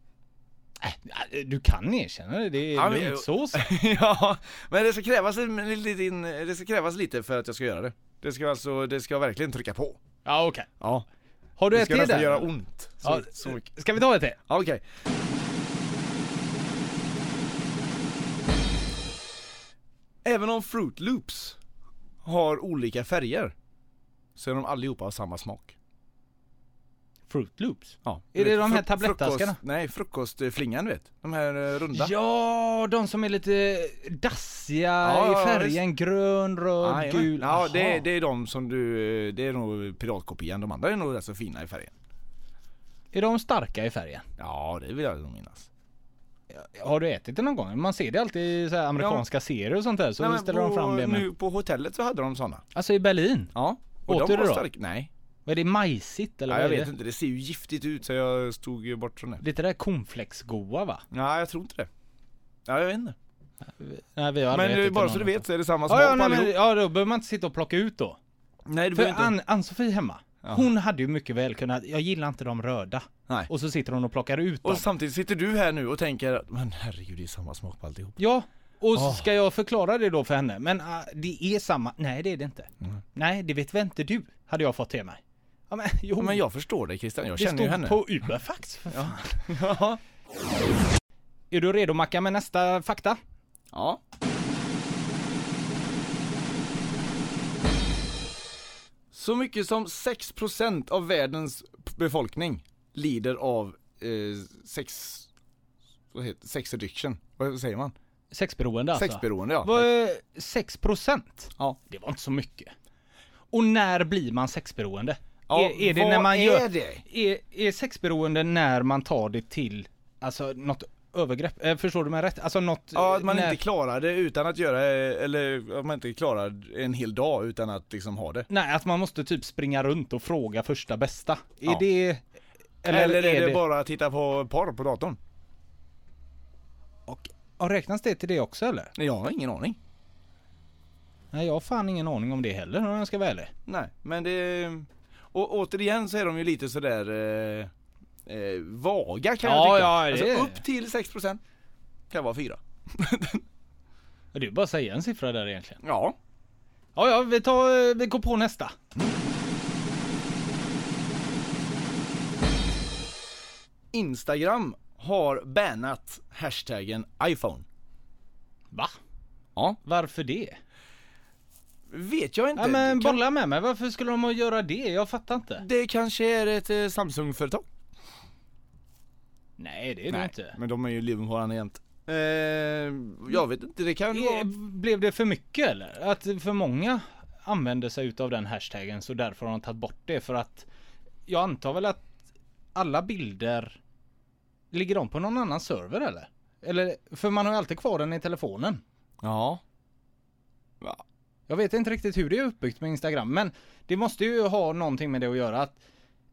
Äh, Du kan erkänna det. Det är
Ja, men-
lugnt så. så.
ja, men det ska, krävas en, lite in, det ska krävas lite för att jag ska göra det. Det ska alltså, det ska verkligen trycka på.
Ja okej.
Ja.
Har du
Det
ett
ska
till
nästan
där?
göra ont. Så,
Ja,
så mycket.
Ska vi ta ett till?
Ja, okej. Även om Fruit Loops har olika färger så är de allihopa av samma smak.
Fruit Loops.
Ja.
Är det
Fru-
de här
frukost-
tablettaskarna?
Nej, frukostflingan du vet. De här eh, runda.
Ja, de som är lite dassiga
Ja, ja,
i färgen grön, röd,
Jajamän.
gul.
Ah, Ja, det,
Aha.
är- det är de som du, eh, det är nog piratkopian. De andra är nog rätt så fina i färgen.
Är de starka i färgen?
Ja, det vill jag nog minnas.
Har du ätit det någon gång? Man ser det alltid i så här amerikanska serier och sånt där. Så
Nej, men
ställer
på,
de fram det med.
nu på hotellet så hade de sådana.
Alltså i Berlin?
Ja.
Åt du
var
det då?
starka- Nej,
Vad är det? Majsigt eller
ja,
vad
jag
är
vet
det?
inte. Det ser ju giftigt ut så jag stod ju bort från det.
Lite där cornflakes-goa va?
Nej, jag tror inte det. Ja, jag vet inte.
Nej, vi har aldrig
Men eh,
ätit
bara
någon
så du
av dem.
vet så är det samma smak
Ja, ja,
på
nej, men,
allihop.
ja, då behöver man inte sitta och plocka ut då.
Nej, det
För
behöver inte.
Ann- Ann-Sofie hemma, hon hade ju mycket väl kunnat, jag gillar inte de röda.
Nej.
Och så sitter hon och plockar ut dem.
Och samtidigt sitter du här nu och tänker, men herregud det är samma smak på alltihop.
Ja, och ska jag förklara det då för henne? Men ah, det är samma. Nej, det är det inte. Nej, det vet väl inte du, hade jag fått till mig. Ja, men, jo,
Ja, men jag förstår dig Christian, jag
Oh. det
känner
stod
ju henne.
på Uberfax för fan.
Ja.
Är du redo Mackan med nästa fakta?
ja. Så mycket som 6% av världens befolkning lider av eh, sex... Vad heter Sex addiction. Vad säger man?
Sexberoende alltså?
Sexberoende ja.
Vad är 6%?
Ja.
Det var inte så mycket. Och när blir man sexberoende?
Ja,
är, är det
vad
när man
är
gör...
det?
Är, är sexberoende när man tar det till, alltså något övergrepp. Eh, förstår du mig rätt? Alltså något...
Ja, att man
när-
inte klarar det utan att göra, eller att man inte klarar en hel dag utan att liksom ha det.
Nej, att man måste typ springa runt och fråga första bästa. Är
Ja.
det...
Eller, är det, bara att titta på porr på datorn?
Och, och räknas det till det också eller?
Nej, jag har ingen aning.
Nej, jag har fan ingen aning om det heller om jag ska vara ärlig.
Nej, men det... Och återigen så är de ju lite sådär eh, eh, vaga kan jag
Ja,
tycka.
ja, det är-
alltså, upp till 6% kan vara 4.
Det är bara att säga en siffra där egentligen.
Ja.
Ja, ja, vi tar... eh, Vi går på nästa.
Instagram har bannat hashtaggen iPhone.
Va?
Ja.
Varför det?
Vet jag inte.
Ja, men
det, kan...
bolla med mig. Varför skulle de göra det? Jag fattar inte.
det kanske är ett eh, Samsung-företag?
Nej, det är det inte.
men de är ju liven på varandra jämt. Eh, jag vet inte, det kan
Eh,
vara...
Blev det för mycket eller? Att för många använde sig utav den hashtaggen så därför har de tagit bort det för att jag antar väl att alla bilder ligger de på någon annan server eller? Eller för man har ju alltid kvar den i telefonen.
Ja.
Jag vet inte riktigt hur det är uppbyggt med Instagram men det måste ju ha någonting med det att göra att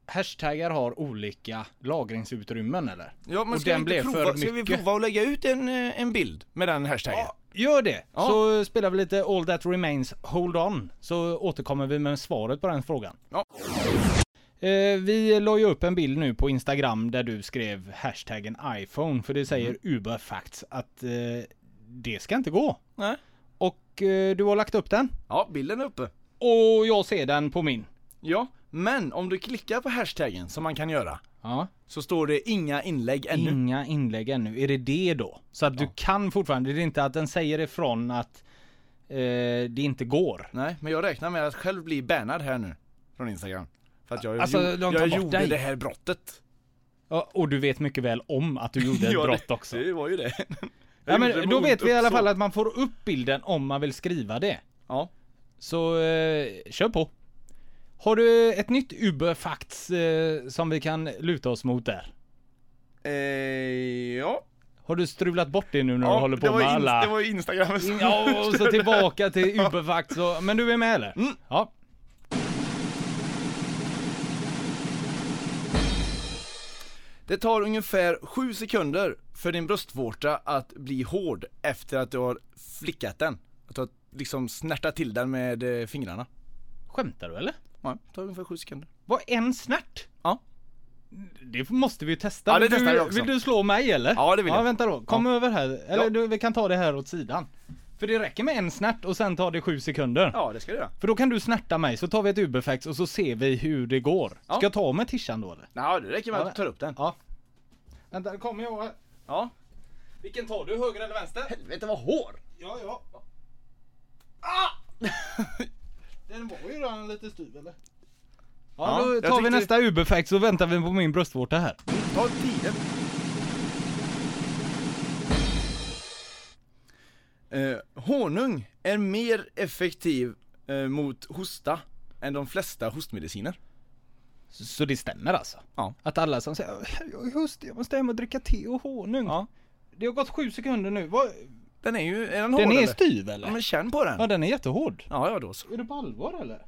hashtaggar har olika lagringsutrymmen eller?
Ja men
Och
ska,
den
vi inte
blev för
prova, ska vi
mycket.
prova att lägga ut en, eh, en bild med den hashtaggen?
Ja, gör det!
Ja.
Så spelar vi lite All That Remains Hold On, så återkommer vi med svaret på den frågan.
Ja.
Eh, vi la ju upp en bild nu på Instagram där du skrev hashtaggen iPhone, för det säger Uber Facts att eh, det ska inte gå.
Nej.
Och eh, du har lagt upp den,
Ja, bilden är uppe.
och jag ser den på min.
Ja, men om du klickar på hashtaggen som man kan göra
Ja.
så står det inga inlägg ännu.
Inga inlägg ännu, är det det då? Så att du kan fortfarande, det är inte att den säger ifrån att eh, det inte går.
Nej, men jag räknar med att själv bli bannad här nu från Instagram. För att jag,
Alltså,
gjorde-
de tar
jag
bort
gjorde
dig.
det här brottet.
Ja, och du vet mycket väl om att du gjorde ett
Ja, det-
brott också.
Det var ju det. Jag
Ja,
gjorde det
men
med
då
ont
vet vi i alla
uppsåt.
fall att man får upp bilden om man vill skriva det.
Ja.
Så eh, kör på. Har du ett nytt Uber-facts eh, som vi kan luta oss mot där?
Eh, ja.
Har du strulat bort det nu när du
ja
håller
det,
på
var
med
inst-
alla...
det var ju Instagram som
Ja, och så tillbaka till Uber-facts och... Men du är med eller?
Mm.
Ja.
Det tar ungefär 7 sekunder för din bröstvårta att bli hård efter att du har flickat den. Att du har liksom snärtat till den med eh, fingrarna.
Skämtar du eller?
Ja, det tar ungefär 7 sekunder.
Var en snärt?
Ja.
Det måste vi ju testa.
Ja, det
Vill du,
testar vi också.
Vill du slå mig eller?
Ja, det vill
ja,
jag.
Vänta då, kom över här. Eller
Ja.
du, vi kan ta det här åt sidan. För det räcker med en snärt och sen tar det sju sekunder.
Ja, det ska du göra.
För då kan du snärta mig, så tar vi ett Uberfax och så ser vi hur det går. Ska
Ja.
jag ta med tishan då eller?
Ja, det räcker med att du tar upp den.
Ja. Vänta, då kommer jag.
Ja.
Vilken tar du, höger eller vänster?
Helvete vad hår!
Ja, ja. Ah! Den var ju redan lite styv eller? Ja,
Ja,
då
jag
tar vi
tyckte-
nästa Uberfax och väntar vi på min bröstvårta här.
Ta tiden. Eh, honung är mer effektiv eh, mot hosta än de flesta hostmediciner.
Så det stämmer alltså?
Ja.
Att alla som säger jag är hostig, jag måste hem och dricka te och honung.
Ja.
Det har gått sju sekunder nu. Vad-
Den är ju, är den hård
Den är
eller?
styv eller?
Ja men känn på den.
Ja den är jättehård.
Ja, ja då så.
Är det på allvar eller?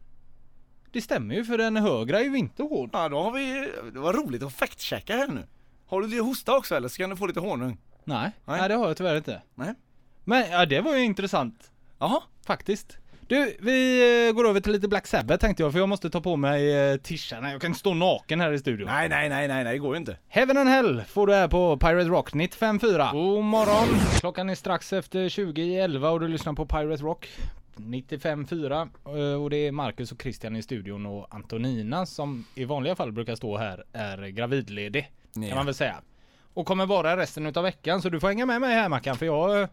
Det stämmer ju för den högra är ju inte hård.
Ja, då har vi... Det var roligt att fact-checka här nu. Har du lite hosta också eller så kan du få lite honung?
Nej, nej.
Nej.
det har jag tyvärr inte.
Nej.
Men ja, det var ju intressant.
Jaha.
Faktiskt. Du, vi eh, går över till lite Black Sabbath tänkte jag för jag måste ta på mig eh, tishan. Jag kan inte stå naken här i studion.
Nej, nej, nej, nej, nej, det går ju inte.
Heaven and Hell får du här på Pirate Rock 95.4. God morgon! Klockan är strax efter 20 i 11 och du lyssnar på Pirate Rock 95.4. Eh, Och det är Marcus och Christian i studion och Antonina som i vanliga fall brukar stå här är gravidledig.
Ja.
Kan man väl säga. Och kommer vara resten utav veckan så du får hänga med mig här Mackan för jag, eh,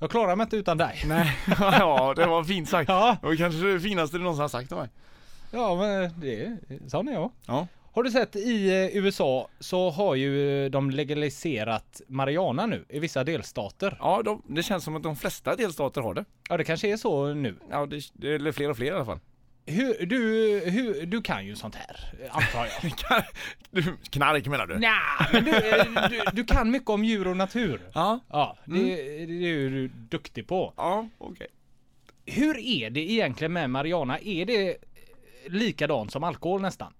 jag klarar mig inte utan dig.
Nej. ja, det var fint sagt.
Ja,
Det var kanske det finaste du någonsin har sagt till mig.
ja men eh, det, sån är jag.
Ja.
Har du sett i eh, USA så har ju eh, de legaliserat marijuana nu i vissa delstater.
Ja, de, det känns som att de flesta delstater har det.
Ja det kanske är så nu.
Ja, det, det- eller fler och fler i alla fall.
Hur, du, hur, du kan ju sånt här, antar jag.
Du, knark menar du?
Nej, men du, du, du kan mycket om djur och natur.
Ja. Mm.
Ja, det, det är ju du duktig på.
Ja, okej.
Hur är det egentligen med Mariana? Är det likadant som alkohol nästan?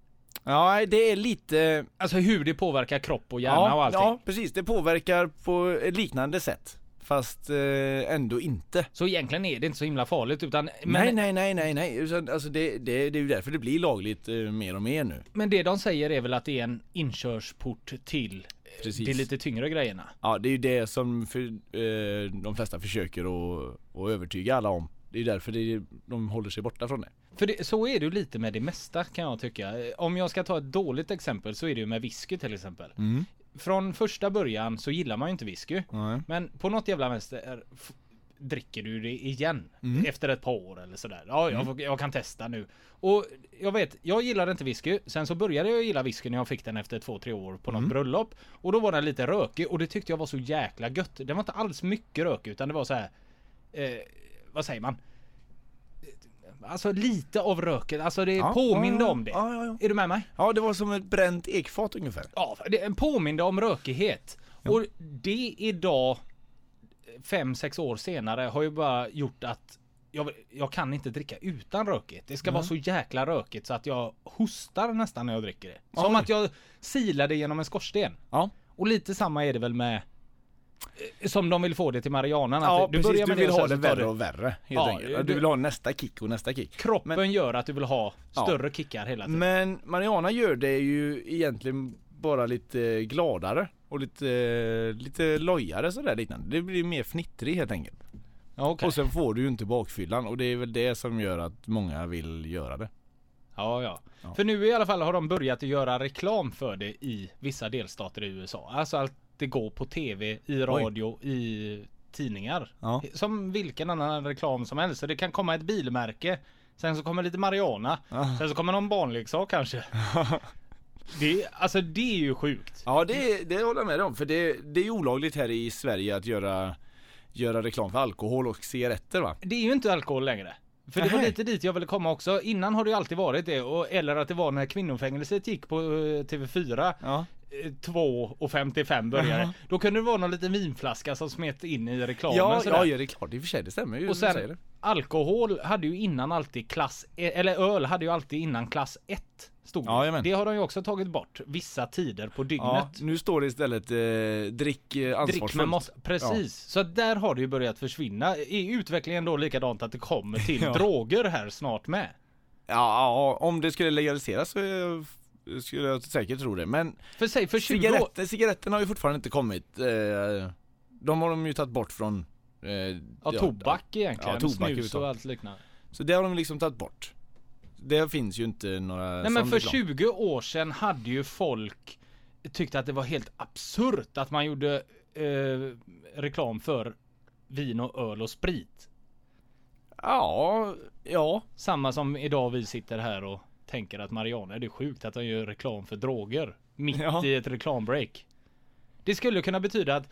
Ja, det är lite...
Alltså hur det påverkar kropp och hjärna och
Ja,
allting.
ja, precis. Det påverkar på ett liknande sätt. Fast eh, ändå inte.
Så egentligen är det inte så himla farligt utan men,
nej, nej, nej, nej, nej. Utan, Alltså det, det, det är ju därför det blir lagligt eh, mer och mer nu.
men det de säger är väl att det är en inkörsport till
Precis.
de lite tyngre grejerna.
Ja, det är ju det som för, eh, de flesta försöker att, att övertyga alla om. Det är ju därför det, de håller sig borta från det.
För det, så är det ju lite med det mesta kan jag tycka. Eh, Om jag ska ta ett dåligt exempel så är det ju med whisky till exempel.
Mm.
Från första början så gillar man ju inte whisky.
Nej.
Men på något jävla vänster f- dricker du det igen.
Mm.
Efter ett par år eller sådär. Ja, jag, får- jag kan testa nu. Och jag vet, jag gillade inte whisky. Sen så började jag gilla whisky när jag fick den efter två, tre år på något
Mm.
bröllop. Och då var den lite rökig och det tyckte jag var så jäkla gött. Den var inte alls mycket rökig utan det var så här. Eh, vad säger man? Alltså lite av röken, alltså det
Ja,
påminde
ja, ja.
om det.
Ja, ja,
Är du med mig?
Ja, det var som ett bränt ekfat ungefär.
Ja, det påminde om rökighet. Och det idag, fem sex år senare, har ju bara gjort att jag, jag kan inte dricka utan rökigt. Det ska vara så jäkla rökigt så att jag hostar nästan när jag dricker det. Som
Oj.
att jag silar det genom en skorsten.
Ja,
Och lite samma är det väl med eh, som de vill få det till Marianan. att
ja du precis.
börjar
du
med
vill
och
ha
sen
det
så tar
värre
du-
och värre helt
Ja,
enkelt.
det-
Ja, Du vill ha nästa kick och nästa kick.
Kroppen
Men-
gör att du vill ha
Ja.
större kickar hela tiden.
Men Mariana gör det ju egentligen bara lite gladare och lite, lite lojare sådär liknande. Det blir mer fnittrig helt enkelt.
Ja, okej.
Och sen får du ju inte bakfyllan och det är väl det som gör att många vill göra det.
Ja, ja.
Ja.
För nu i alla fall har de börjat att göra reklam för det i vissa delstater i USA. Alltså att det går på tv, i radio, i tidningar.
Ja.
Som vilken annan reklam som helst. Så det kan komma ett bilmärke. Sen så kommer lite Mariana. Sen så kommer någon barnleksak kanske. det, alltså det är ju sjukt.
Ja det, det håller jag med dig om för det, det är ju olagligt här i Sverige att göra, göra reklam för alkohol och cigaretter va?
Det är ju inte alkohol längre. För det var
Nej.
lite dit jag ville komma också. Innan har det ju alltid varit det. Och, eller att det var när kvinnofängelset gick på eh, TV4.
Ja.
2 eh, och 55 började. Då kunde det vara någon liten vinflaska som smet in i reklamen
Ja,
sådär.
ja, ja det är klart, i och för sig det stämmer ju.
Och
när du säger
sen
det.
alkohol hade ju innan alltid klass, e, eller öl hade ju alltid innan klass 1. Stod det.
Ja, jajamän.
det har de ju också tagit bort vissa tider på
Ja,
dygnet.
nu står det istället eh, drick eh,
Drick med
ansvarsfullt.
mått. Precis. Så att där har det ju börjat försvinna. Är utvecklingen då likadant att det kommer till droger här snart med?
Ja, ja, om det skulle legaliseras så eh, skulle jag säkert tro det. Men
För säg för 20 år...
cigaretter, cigaretterna har ju fortfarande inte kommit. eh, De har de ju tagit bort från... eh,
Ja, tobak egentligen.
Ja, tobak
snus och
överhuvudtaget.
allt liknande.
Så det har de liksom tagit bort. Det finns ju inte några
Nej men
sån
för
reklam.
20 år sedan hade ju folk tyckt att det var helt absurt att man gjorde eh, reklam för vin och öl och sprit.
Ja, ja.
Samma som idag vi sitter här och tänker att Mariana, det är sjukt att de gör reklam för droger. Mitt
Ja.
i ett reklambreak. Det skulle kunna betyda att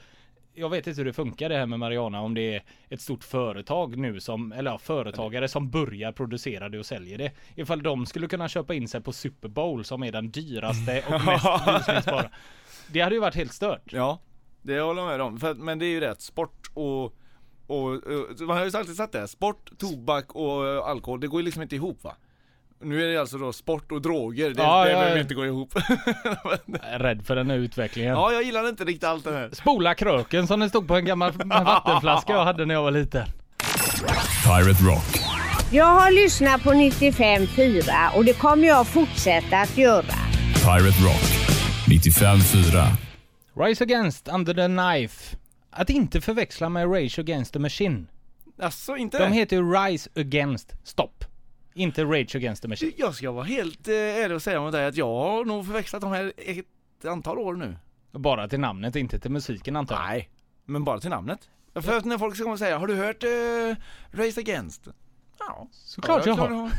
jag vet inte hur det funkar det här med Mariana om det är ett stort företag nu som, eller ja, företagare som börjar producera det och säljer det. Ifall de skulle kunna köpa in sig på Super Bowl som är den dyraste och mest visningsbara. Det hade ju varit helt stört.
Ja, det håller jag med om. För, att- men det är ju rätt, sport och, och, och man har ju alltid sagt det, här, sport, tobak och eh, alkohol, det går ju liksom inte ihop va? Nu är det alltså då sport och droger, det,
Ja,
det
ja,
behöver
ja.
inte gå ihop.
Jag är rädd för den här utvecklingen.
ja, jag gillar inte riktigt allt det här.
Spola kröken som det stod på en gammal vattenflaska jag hade när jag var liten.
Pirate Rock.
Jag har lyssnat på 95.4 och det kommer jag fortsätta att göra.
Pirate Rock. 95.4.
Rise Against Under the Knife. Att inte förväxla med Rage Against the Machine.
Alltså inte
De
det?
heter ju Rise Against Stop. Inte Rage Against the Machine.
Jag ska vara helt eh, ärlig och säga mot dig att jag har nog förväxlat de här ett antal år nu.
Bara till namnet, inte till musiken antar jag.
Nej, men bara till namnet. För att när folk ska komma och säga, har du hört eh, Race Against? Ja,
Såklart jag
klart
har.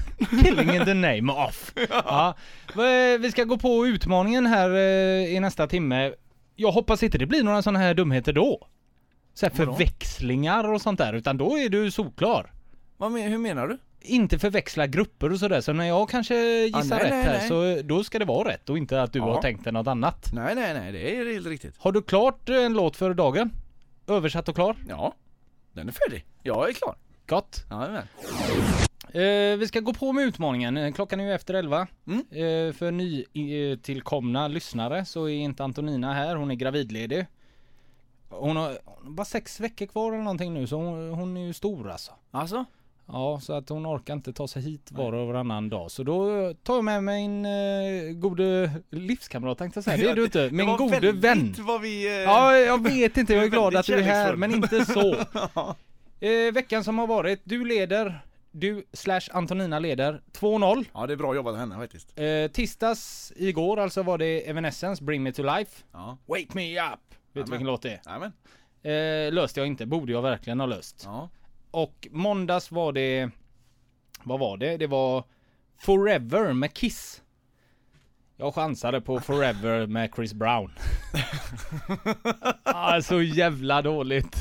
Killing in the name of. Ja. V- Vi ska gå på utmaningen här eh, i nästa timme. Jag hoppas inte det blir några sådana här dumheter då. Så här förväxlingar och sånt där, utan då är du solklar.
Vad men, hur menar du?
inte förväxla grupper och sådär, så när jag kanske gissar
Ah, nej,
rätt
nej,
här
nej.
så då ska det vara rätt och inte att du
Ja.
har tänkt dig något annat.
Nej, nej, nej, det är helt riktigt.
Har du klart eh, en låt för dagen? Översatt och klar?
Ja, den är färdig. Jag är klar.
Gott.
Jajamän.
Eh, vi ska gå på med utmaningen. Eh, Klockan är ju efter 11.
Mm.
Eh, för nytillkomna lyssnare så är inte Antonina här. Hon är gravidledig. Hon har hon har bara sex veckor kvar eller någonting nu så hon, hon är ju stor alltså.
Alltså?
Ja, så att hon orkar inte ta sig hit var och varannan dag. Så då tar jag med mig min eh, gode livskamrat tänkte jag säga. Det är du inte. Min gode vän.
vad vi... eh,
Ja, jag vet inte. Jag är
Väldigt
glad att du är här,
kärleksfull.
men inte så. Eh, veckan som har varit. Du leder. Du slash Antonina leder 2-0.
ja, det är bra jobbat av henne faktiskt.
Eh, tisdags igår alltså var det Evanescence, Bring Me To Life.
Ja.
Wake Me Up! Vet du
Amen.
vilken låt det
Jajamän.
är? Eh, löste jag inte, borde jag verkligen ha löst.
Ja.
Och måndags var det... Vad var det? Det var Forever med Kiss. Jag chansade på Forever med Chris Brown. ah, så jävla dåligt.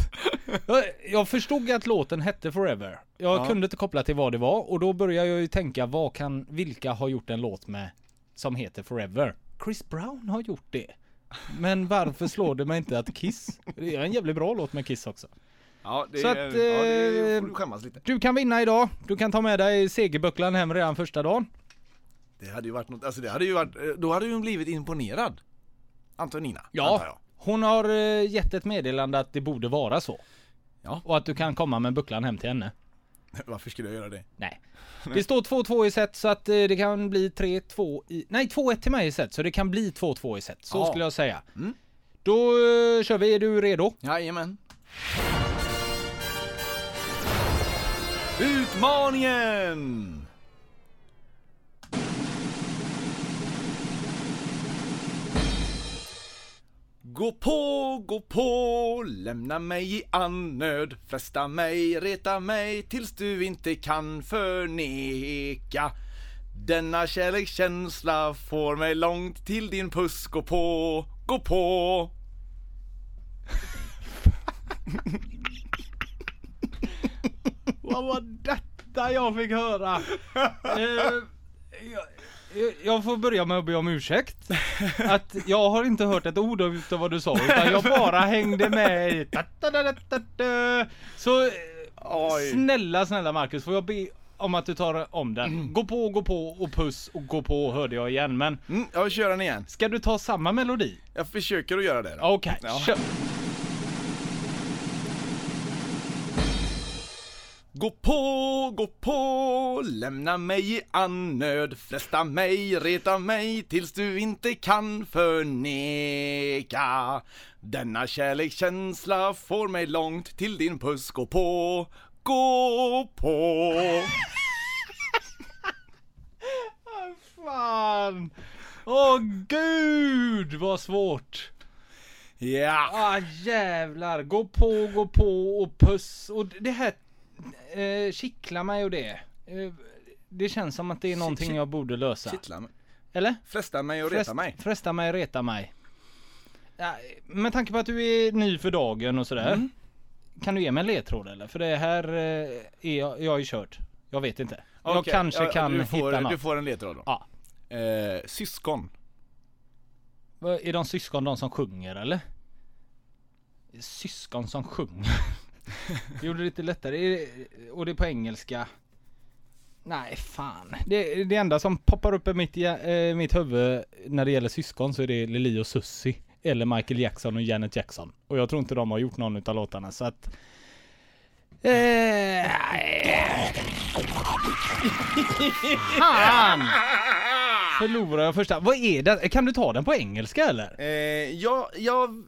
Jag- Jag förstod att låten hette Forever. Jag
Ja.
kunde inte koppla till vad det var och då började jag ju tänka vad kan, vilka har gjort en låt med som heter Forever? Chris Brown har gjort det. Men varför slår det mig inte att Kiss? Det är en jävligt bra låt med Kiss också.
Ja, det,
Så
så
att,
ja, det
eh,
får du skämmas lite.
Du kan vinna idag. Du kan ta med dig segerbucklan hem redan första dagen.
Det hade ju varit något, alltså det hade ju varit, eh, då hade ju hon blivit imponerad. Antonina, antar jag.
Ja, hon har eh, gett ett meddelande att det borde vara så.
Ja.
Och att du kan komma med bucklan hem till henne.
Varför skulle jag göra det?
Nej. Det står 2-2 i set så att eh, det kan bli 3-2 i... Nej 2-1 till mig i set så det kan bli 2-2 i set. Så
Ja.
skulle jag säga.
Mm.
Då eh, kör vi. Är du redo?
Jajamän. Utmaningen! Gå på, gå på, lämna mig i annöd Fresta mig, reta mig tills du inte kan förneka Denna kärlekskänsla får mig långt till din puss Gå på, gå på
Vad var detta jag fick höra? Eh, jag, jag får börja med att be om ursäkt. Att jag har inte hört ett ord av utav vad du sa utan jag bara hängde med i... ta-ta-ta-ta-ta. Så eh, snälla, snälla Marcus, får jag be om att du tar om den? Gå på, gå på och puss och gå på hörde jag igen. Men
Mm, jag kör den igen.
ska du ta samma melodi?
Jag försöker att göra det. då.
Okej,
Ja.
kör.
Gå på, gå på, lämna mig i annöd, fresta mig, reta mig tills du inte kan förneka. Denna kärlekskänsla får mig långt till din puss, gå på, gå på.
Fan! Åh gud vad svårt!
Ja,
Ah jävlar, gå på, gå på och puss och det här eh, kittlar mig och det. Eh, det känns som att det är någonting jag borde lösa.
kittla mig.
Eller?
Fresta mig och
Frest-
reta mig.
Fresta mig, reta mig. Ja, med tanke på att du är ny för dagen och sådär.
Mm.
Kan du ge mig en ledtråd eller? För det här eh, är jag, jag är körd. Jag vet inte. jag
Okej,
kanske
ja,
kan
du får,
hitta något.
Du får en ledtråd då.
Ja.
Eh, syskon.
Vad, Är de syskon de som sjunger eller? Syskon som sjunger? Det gjorde det lite lättare. Är det- Och det är på engelska. Nej fan. Det, det enda som poppar upp i mitt, ja- eh, mitt huvud när det gäller syskon så är det Lili och Susie. Eller Michael Jackson och Janet Jackson. Och jag tror inte de har gjort någon utav låtarna så att... Eh, fan! Förlorar jag första. Vad är det? Kan du ta den på engelska eller?
Eh, jag, jag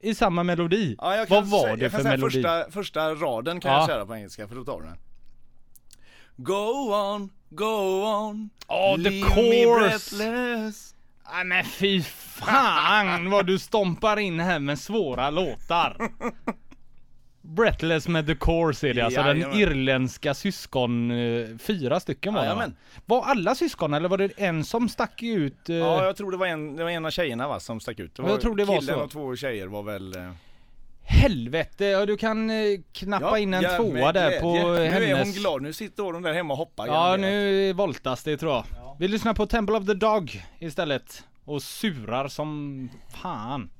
I samma melodi?
Ja, jag kan
Vad var
säga,
det
jag kan
för
säga
melodi?
Första, första raden kan
Ja.
jag köra på engelska för då tar du den. Go on, go on,
Ja, the
leave me
course!
breathless.
Nej men fy fan vad du stompar in här med svåra låtar. Breathless med the course är det alltså, den
Jajamän.
irländska syskon... eh, Fyra stycken var det va?
Jajamän.
Var alla syskon eller var det en som stack ut? eh?
Ja, jag tror det var en, det var en av tjejerna va, som stack ut. Det
Jag tror det var
killen
så.
och två tjejer var väl... eh,
Helvete, ja, du kan eh, knappa in en
jävla
tvåa där
glädje.
på
Nu
hennes...
är hon glad, nu sitter hon där hemma och hoppar
Ja,
garanterat.
nu voltas det tror jag. Vi lyssnar på Temple of the Dog istället. Och surar som fan.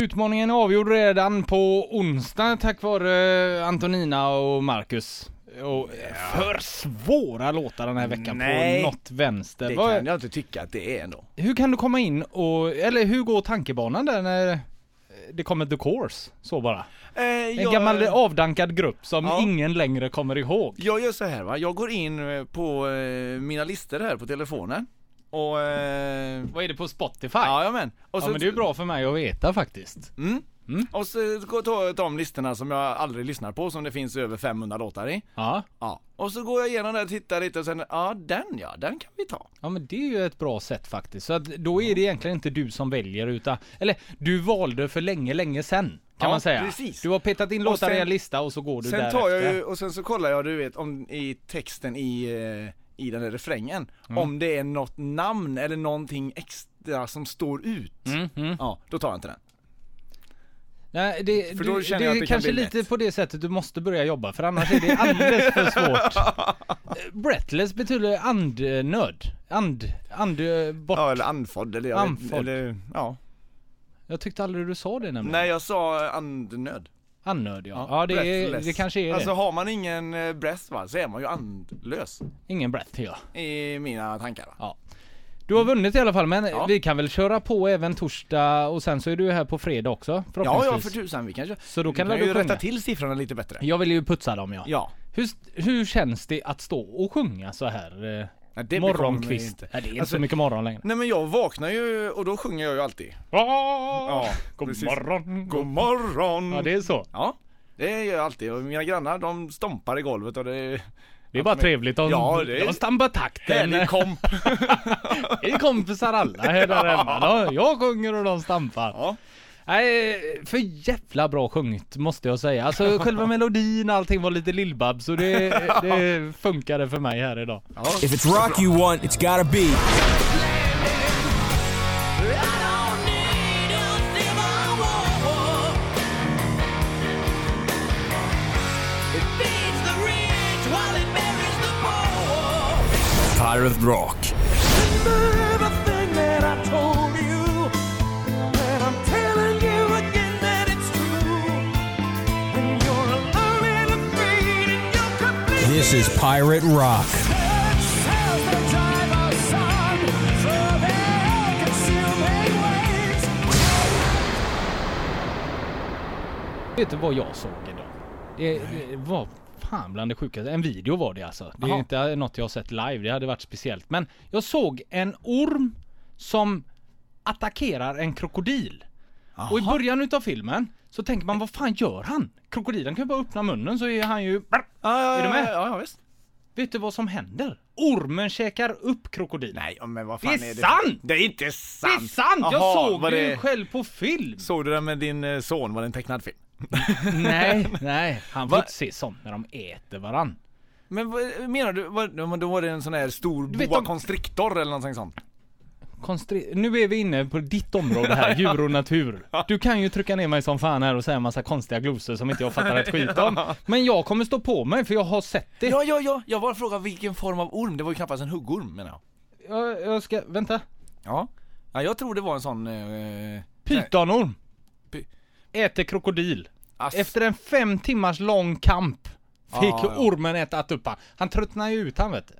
Utmaningen är avgjord redan på onsdag tack vare Antonina och Marcus. Och för svåra låtar den här veckan
Nej.
på något vänster.
Det
Vad-
kan jag inte tycka att det är ändå.
Hur kan du komma in och, eller hur går tankebanan där när det kommer The Course? Så bara.
Eh,
En
jag,
gammal avdankad grupp som
Ja.
ingen längre kommer ihåg.
jag gör så här va, jag går in eh, på eh, mina listor här på telefonen och... Eh,
Vad är det på Spotify?
ja, jajamän. Och
Ja men det är bra för mig att veta faktiskt.
Mm. Och så går- tar jag de listorna som jag aldrig lyssnar på som det finns över 500 låtar i.
Ja.
Ja. Och så går jag igenom där och tittar lite och sen, ja den ja, den kan vi ta.
Ja men det är ju ett bra sätt faktiskt. Så att då är det egentligen inte du som väljer utan, eller du valde för länge, länge sen. Kan
Ja,
man säga.
precis.
Du har petat in låtar i
sen-
en lista och så går du
Sen
därefter.
tar jag ju, och sen så kollar jag du vet om i texten i, eh, i den där refrängen,
Mm.
om det är något namn eller någonting extra som står ut.
Mm, mm.
Ja, då tar jag inte den.
Nej, det,
För då
du,
känner
det
jag att
är
det kan
kanske
bli
lite
lätt.
på det sättet du måste börja jobba för annars är det alldeles för svårt. Eh, Breathless betyder andnöd. And, and, eh, bort.
Ja, eller andfådd eller jag vet-
Andfådd.
eller, ja.
Jag tyckte aldrig du sa det nämligen.
Nej jag sa andnöd.
Andnöd ja. Ja, det, är,
Breathless.
det kanske är
Alltså
det.
har man ingen eh, breath va, så är man ju andlös.
Ingen breath ja.
I mina tankar va.
Du har vunnit i alla fall men
Ja.
vi kan väl köra på även torsdag och sen så är du här på fredag också
Ja, ja
förhoppningsvis.
för tusan vi kanske
Så då kan
vi
väl
kan ju
du
rätta
sjunga.
till siffrorna lite bättre.
Jag vill ju putsa dem ja.
Ja.
Hur, hur känns det att stå och sjunga så här eh,
Nej, det bekommer mig
morgonkvist?
inte.
Nej, det är inte
Alltså-
så mycket morgon längre.
Nej men jag vaknar ju och då sjunger jag ju alltid.
Ja, god
precis.
morgon.
God morgon!
Ja det är så.
Ja, det gör jag alltid och mina grannar de stompar i golvet och det...
Det är bara trevligt. De,
Ja, det är-
de stampar takten.
Härlig komp!
Det är kompisar alla här där hemma. De, jag sjunger och de stampar.
Ja.
Nej, för jävla bra sjungit måste jag säga. Alltså själva melodin och allting var lite lillbab så det, det funkade för mig här idag.
If it's rock you want, it's gotta be
Pirate Rock.
This is Pirate Rock.
Vet du vad jag såg idag? Det, det var fan bland det sjukaste. En video var det alltså. Det är
Jaha.
inte något jag har sett live. Det hade varit speciellt. Men jag såg en orm som attackerar en krokodil. Och i början utav filmen så tänker man vad fan gör han? Krokodilen kan ju bara öppna munnen så är han ju...
är
du med?
Ja, ja visst.
Vet du vad som händer? Ormen käkar upp krokodilen.
Nej men vad
Det är
fan är,
sant!
Det är inte
Det
sant!
är sant! Jag
Jaha,
såg
var
det ju själv på film!
Såg du den med din eh, son? Var det en tecknad film?
Nej, nej. Han får
Va?
inte se sånt när de äter varann.
Men vad menar du? Var, då var det en sån här stor
vet,
boa
de-
constrictor eller någonting sånt?
Konstri- nu är vi inne på ditt område här, djur och natur. Du kan ju trycka ner mig som fan här och säga en massa konstiga glosor som inte jag fattar ett skit om. Men jag kommer stå på mig för jag har sett det.
Ja, ja, ja! Jag bara frågade vilken form av orm, det var ju knappast en huggorm menar jag.
Jag, jag ska, vänta.
Ja. ja jag tror det var en sån... Eh,
Pytonorm.
Py-
Äter krokodil.
ass-
Efter en fem timmars lång kamp fick
Ja, ja.
ormen äta upp han. Han tröttnade ju ut han vet du.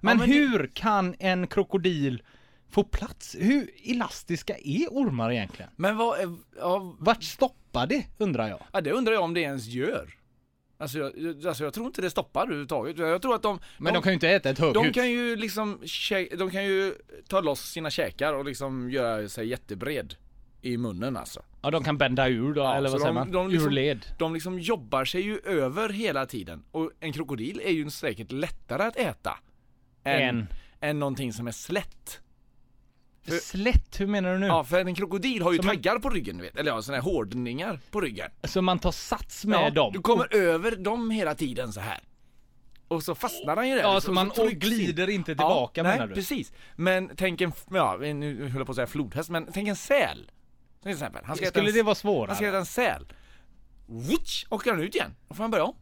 Men,
men det-
hur kan en krokodil få plats? Hur elastiska är ormar egentligen?
Men vad... är- Ja,
Vart stoppar det undrar jag?
ja, det undrar jag om det ens gör. Alltså jag, jag- alltså jag tror inte det stoppar överhuvudtaget. Jag tror att de...
Men de, kan ju inte äta ett höghus.
de kan ju liksom... kä- De kan ju ta loss sina käkar och liksom göra sig jättebred. I munnen alltså.
Ja de kan bända ur då,
Ja,
eller
så
vad
de-
säger man?
de liksom-
Ur led.
De liksom jobbar sig ju över hela tiden. Och en krokodil är ju säkert lättare att äta.
Än?
än, än någonting som är slätt. För-
Slätt, hur menar du nu?
Ja, för en krokodil har ju
Som en-
taggar på ryggen, du vet. Eller ja, såna här hårdningar på ryggen.
Så man tar sats med
ja,
dem?
Du kommer över dem hela tiden så här. Och så fastnar han ju där.
Ja,
liksom,
så man och
trycks in.
glider inte tillbaka
ja,
menar
nej,
du?
precis. Men tänk en, f- ja, nu höll jag på att säga flodhäst, men tänk en säl. Till exempel. Han ska äta
Skulle
en,
det vara
Han ska
svårare?
äta en säl. Witch! Åker han ut igen? Då får han börja om.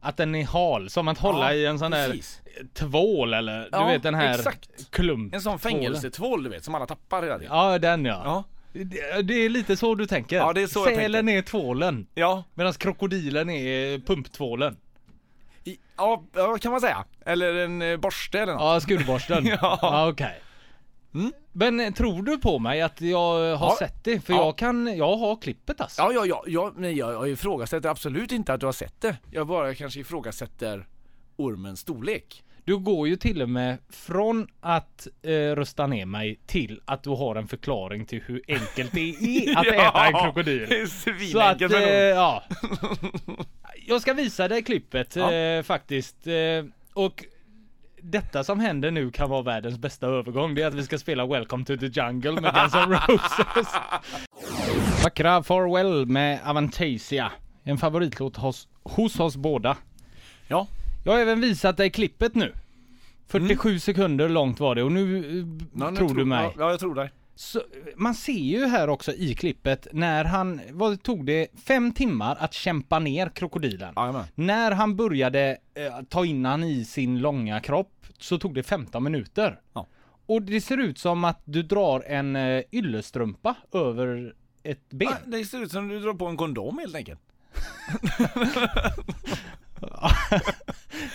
Att den är hal, som att hålla
Ja,
i en sån där
precis.
tvål eller
Ja,
du vet den här
exakt.
klump.
En sån fängelsetvål du vet, som alla tappar hela tiden.
Ja den ja.
Ja.
Det, det är lite så du tänker.
Ja, det är så jag
Sälen är tvålen.
Ja,
Medan krokodilen är pumptvålen.
i, ja, ja kan man säga. Eller en eh, borste eller något.
Ja, skurborsten.
Ja. Mm.
okej. Men eh, tror du på mig att jag har
Ja.
sett det? För
Ja.
jag kan, jag har klippet alltså.
Ja, ja, ja, ja men jag, jag ifrågasätter absolut inte att du har sett det. Jag bara kanske ifrågasätter ormens storlek.
Du går ju till och med från att eh, rösta ner mig till att du har en förklaring till hur enkelt det är att äta en
Det
krokodil.
är
Så att,
svinenkelt
eh,
men nog.
ja. Jag ska visa dig klippet
Ja.
eh, faktiskt. Eh, och detta som händer nu kan vara världens bästa övergång. Det är att vi ska spela Welcome to the Jungle med Guns N' Roses. Vackra Farewell med Avantasia. En favoritlåt hos, hos oss båda.
Ja.
Jag har även visat dig klippet nu. 47 sekunder långt var det och nu eh,
Mm. Ja, nu
tror du mig.
Ja, jag tror dig.
Så, man ser ju här också i klippet när han, vad tog det, fem timmar att kämpa ner krokodilen.
Jajamän.
När han började eh, ta in han i sin långa kropp så tog det 15 minuter.
Ja.
Och det ser ut som att du drar en eh, yllestrumpa över ett ben.
Ja, det ser ut som du drar på en kondom helt enkelt.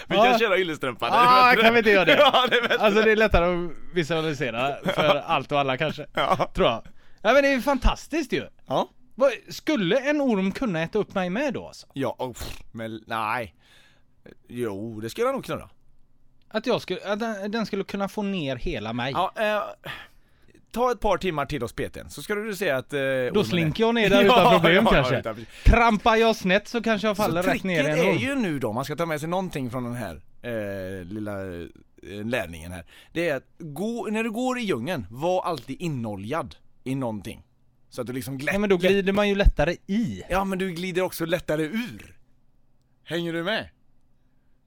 Vi
Ja.
kan köra yllestrumpan.
Ah, kan vi inte göra det?
Ja, det är bättre.
Alltså det är lättare att visualisera för allt och alla kanske.
Ja.
Tror jag. Ja men det är ju fantastiskt ju.
Ja.
Vad, skulle en orm kunna äta upp mig med då alltså?
Ja, oh, pff, men nej. Jo, det skulle jag nog kunna. då.
Att jag skulle, att den, den skulle kunna få ner hela mig.
Ja, eh, ta ett par timmar till hos PTn så ska du se att... Eh,
Då slinker jag ner där utan problem kanske. Trampar jag snett så kanske jag faller
så
rätt ner i
tricket
en
är
orm.
ju nu då, man ska ta med sig någonting från den här eh, lilla eh, lärningen här. Det är att gå, när du går i djungeln, var alltid inoljad i någonting. Så att du liksom glätt,
Nej men då glider man ju lättare i.
Ja men du glider också lättare ur. Hänger du med?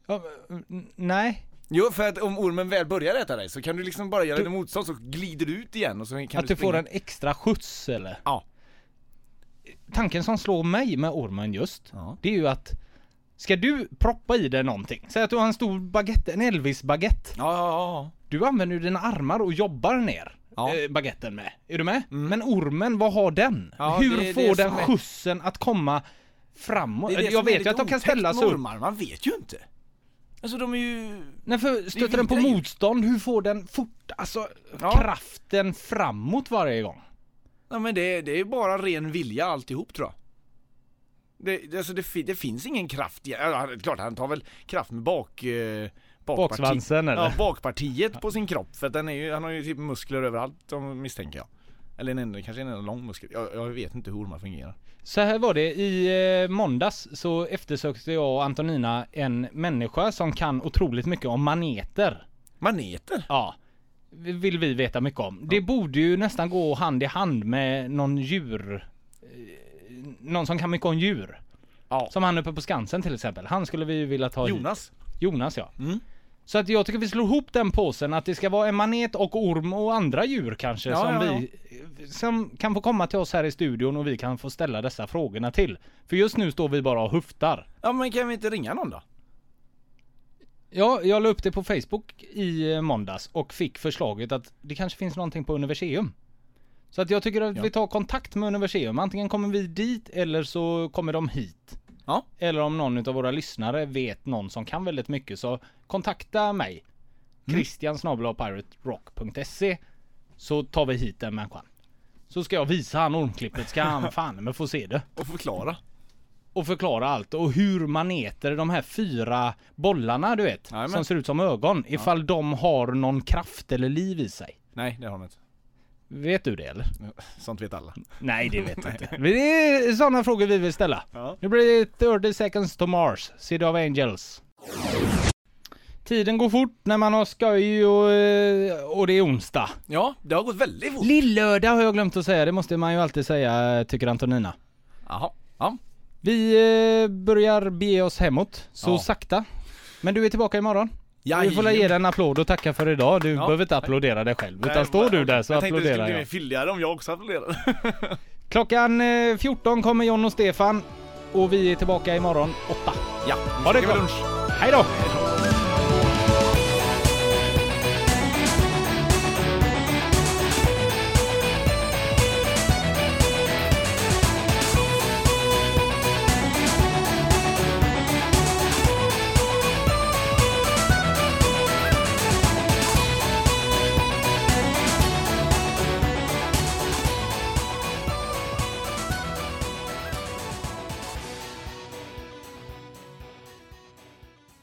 Ja, men, mm, nej.
Jo för att om ormen väl börjar äta dig så kan du liksom bara göra
Du-
lite motstånd så glider du ut igen och så kan
att du får
springa.
en extra skjuts eller?
Ja.
Tanken som slår mig med ormen just,
Ja.
det är ju att Ska du proppa i dig någonting? Säg att du har en stor baguette, en Elvis-baguette.
Ja, ja,
Du använder ju dina armar och jobbar ner
Ja. Mm.
eh, baguetten med. Är du med? Men ormen, vad har den?
Ja,
Hur
det är det
får den
som är-
skjutsen att komma framåt?
ja.
Jag vet ju att de kan ställa sig upp.
ormar, man vet ju inte. Alltså de är ju...
Nej för stöter den på
vidare ju.
motstånd, hur får den fort, alltså
Ja.
kraften framåt varje gång?
Ja, men det, det är bara ren vilja alltihop tror jag. Det, det- alltså det, fi- det finns ingen kraft. i- Ja, han- klart han tar väl kraft med bak... Eh, bakparti-
Baksvansen, eller?
Ja, bakpartiet på sin kropp. För att den är ju, han har ju typ muskler överallt om- misstänker jag. Eller en enda, kanske en enda lång muskel. Jag, jag vet inte hur ormar fungerar.
Så här var det, i eh, måndags så eftersökte jag och Antonina en människa som kan otroligt mycket om maneter.
Maneter?
Ja, vill vi veta mycket om. Det borde ju nästan gå hand i hand med någon djur, eh, någon som kan mycket om djur.
Ja.
Som han uppe på Skansen till exempel. Han skulle vi ju vilja ta hit.
Jonas?
Jonas ja.
Mm.
Så att jag tycker vi slår ihop den påsen att det ska vara en manet och orm och andra djur kanske
Ja,
som
ja, ja.
vi som kan få komma till oss här i studion och vi kan få ställa dessa frågorna till. För just nu står vi bara och höftar.
Ja men kan vi inte ringa någon då?
Ja, jag la upp det på Facebook i eh, måndags och fick förslaget att det kanske finns någonting på Universium. Så att jag tycker att vi tar kontakt med Universium. Antingen kommer vi dit eller så kommer de hit.
Ja.
Eller om någon av våra lyssnare vet någon som kan väldigt mycket så kontakta mig. Christian snabel-a piraterock.se Så tar vi hit den människan. Så ska jag visa han ormklippet, ska han fan men få se det.
Och förklara.
Och förklara allt och hur man äter de här fyra bollarna du vet.
Jajamän.
Som ser ut som ögon. Ifall de har någon kraft eller liv i sig.
Nej det har de inte.
Vet du det eller?
Sånt vet alla.
Nej det vet jag inte. Men Det är sådana frågor vi vill ställa. Nu blir det 30 seconds to Mars, City of Angels. Tiden går fort när man har skoj och, eh, och det är onsdag.
Ja, det har gått väldigt fort.
Lillördag har jag glömt att säga, det måste man ju alltid säga tycker Antonina.
Jaha. Ja.
Vi eh, börjar bege oss hemåt, så
Ja.
sakta. Men du är tillbaka imorgon. Vi får väl
Jajamän.
ge dig en applåd och tacka för idag. Du behöver inte applådera dig själv, utan står du där så
jag tänkte det skulle
applåderar
bli mer
jag.
fylligare om jag också applåderade.
Klockan eh, 14 kommer John och Stefan. Och vi är tillbaka imorgon åtta.
Ja,
Ha det
ska vi
gott!
lunch.
Hej då!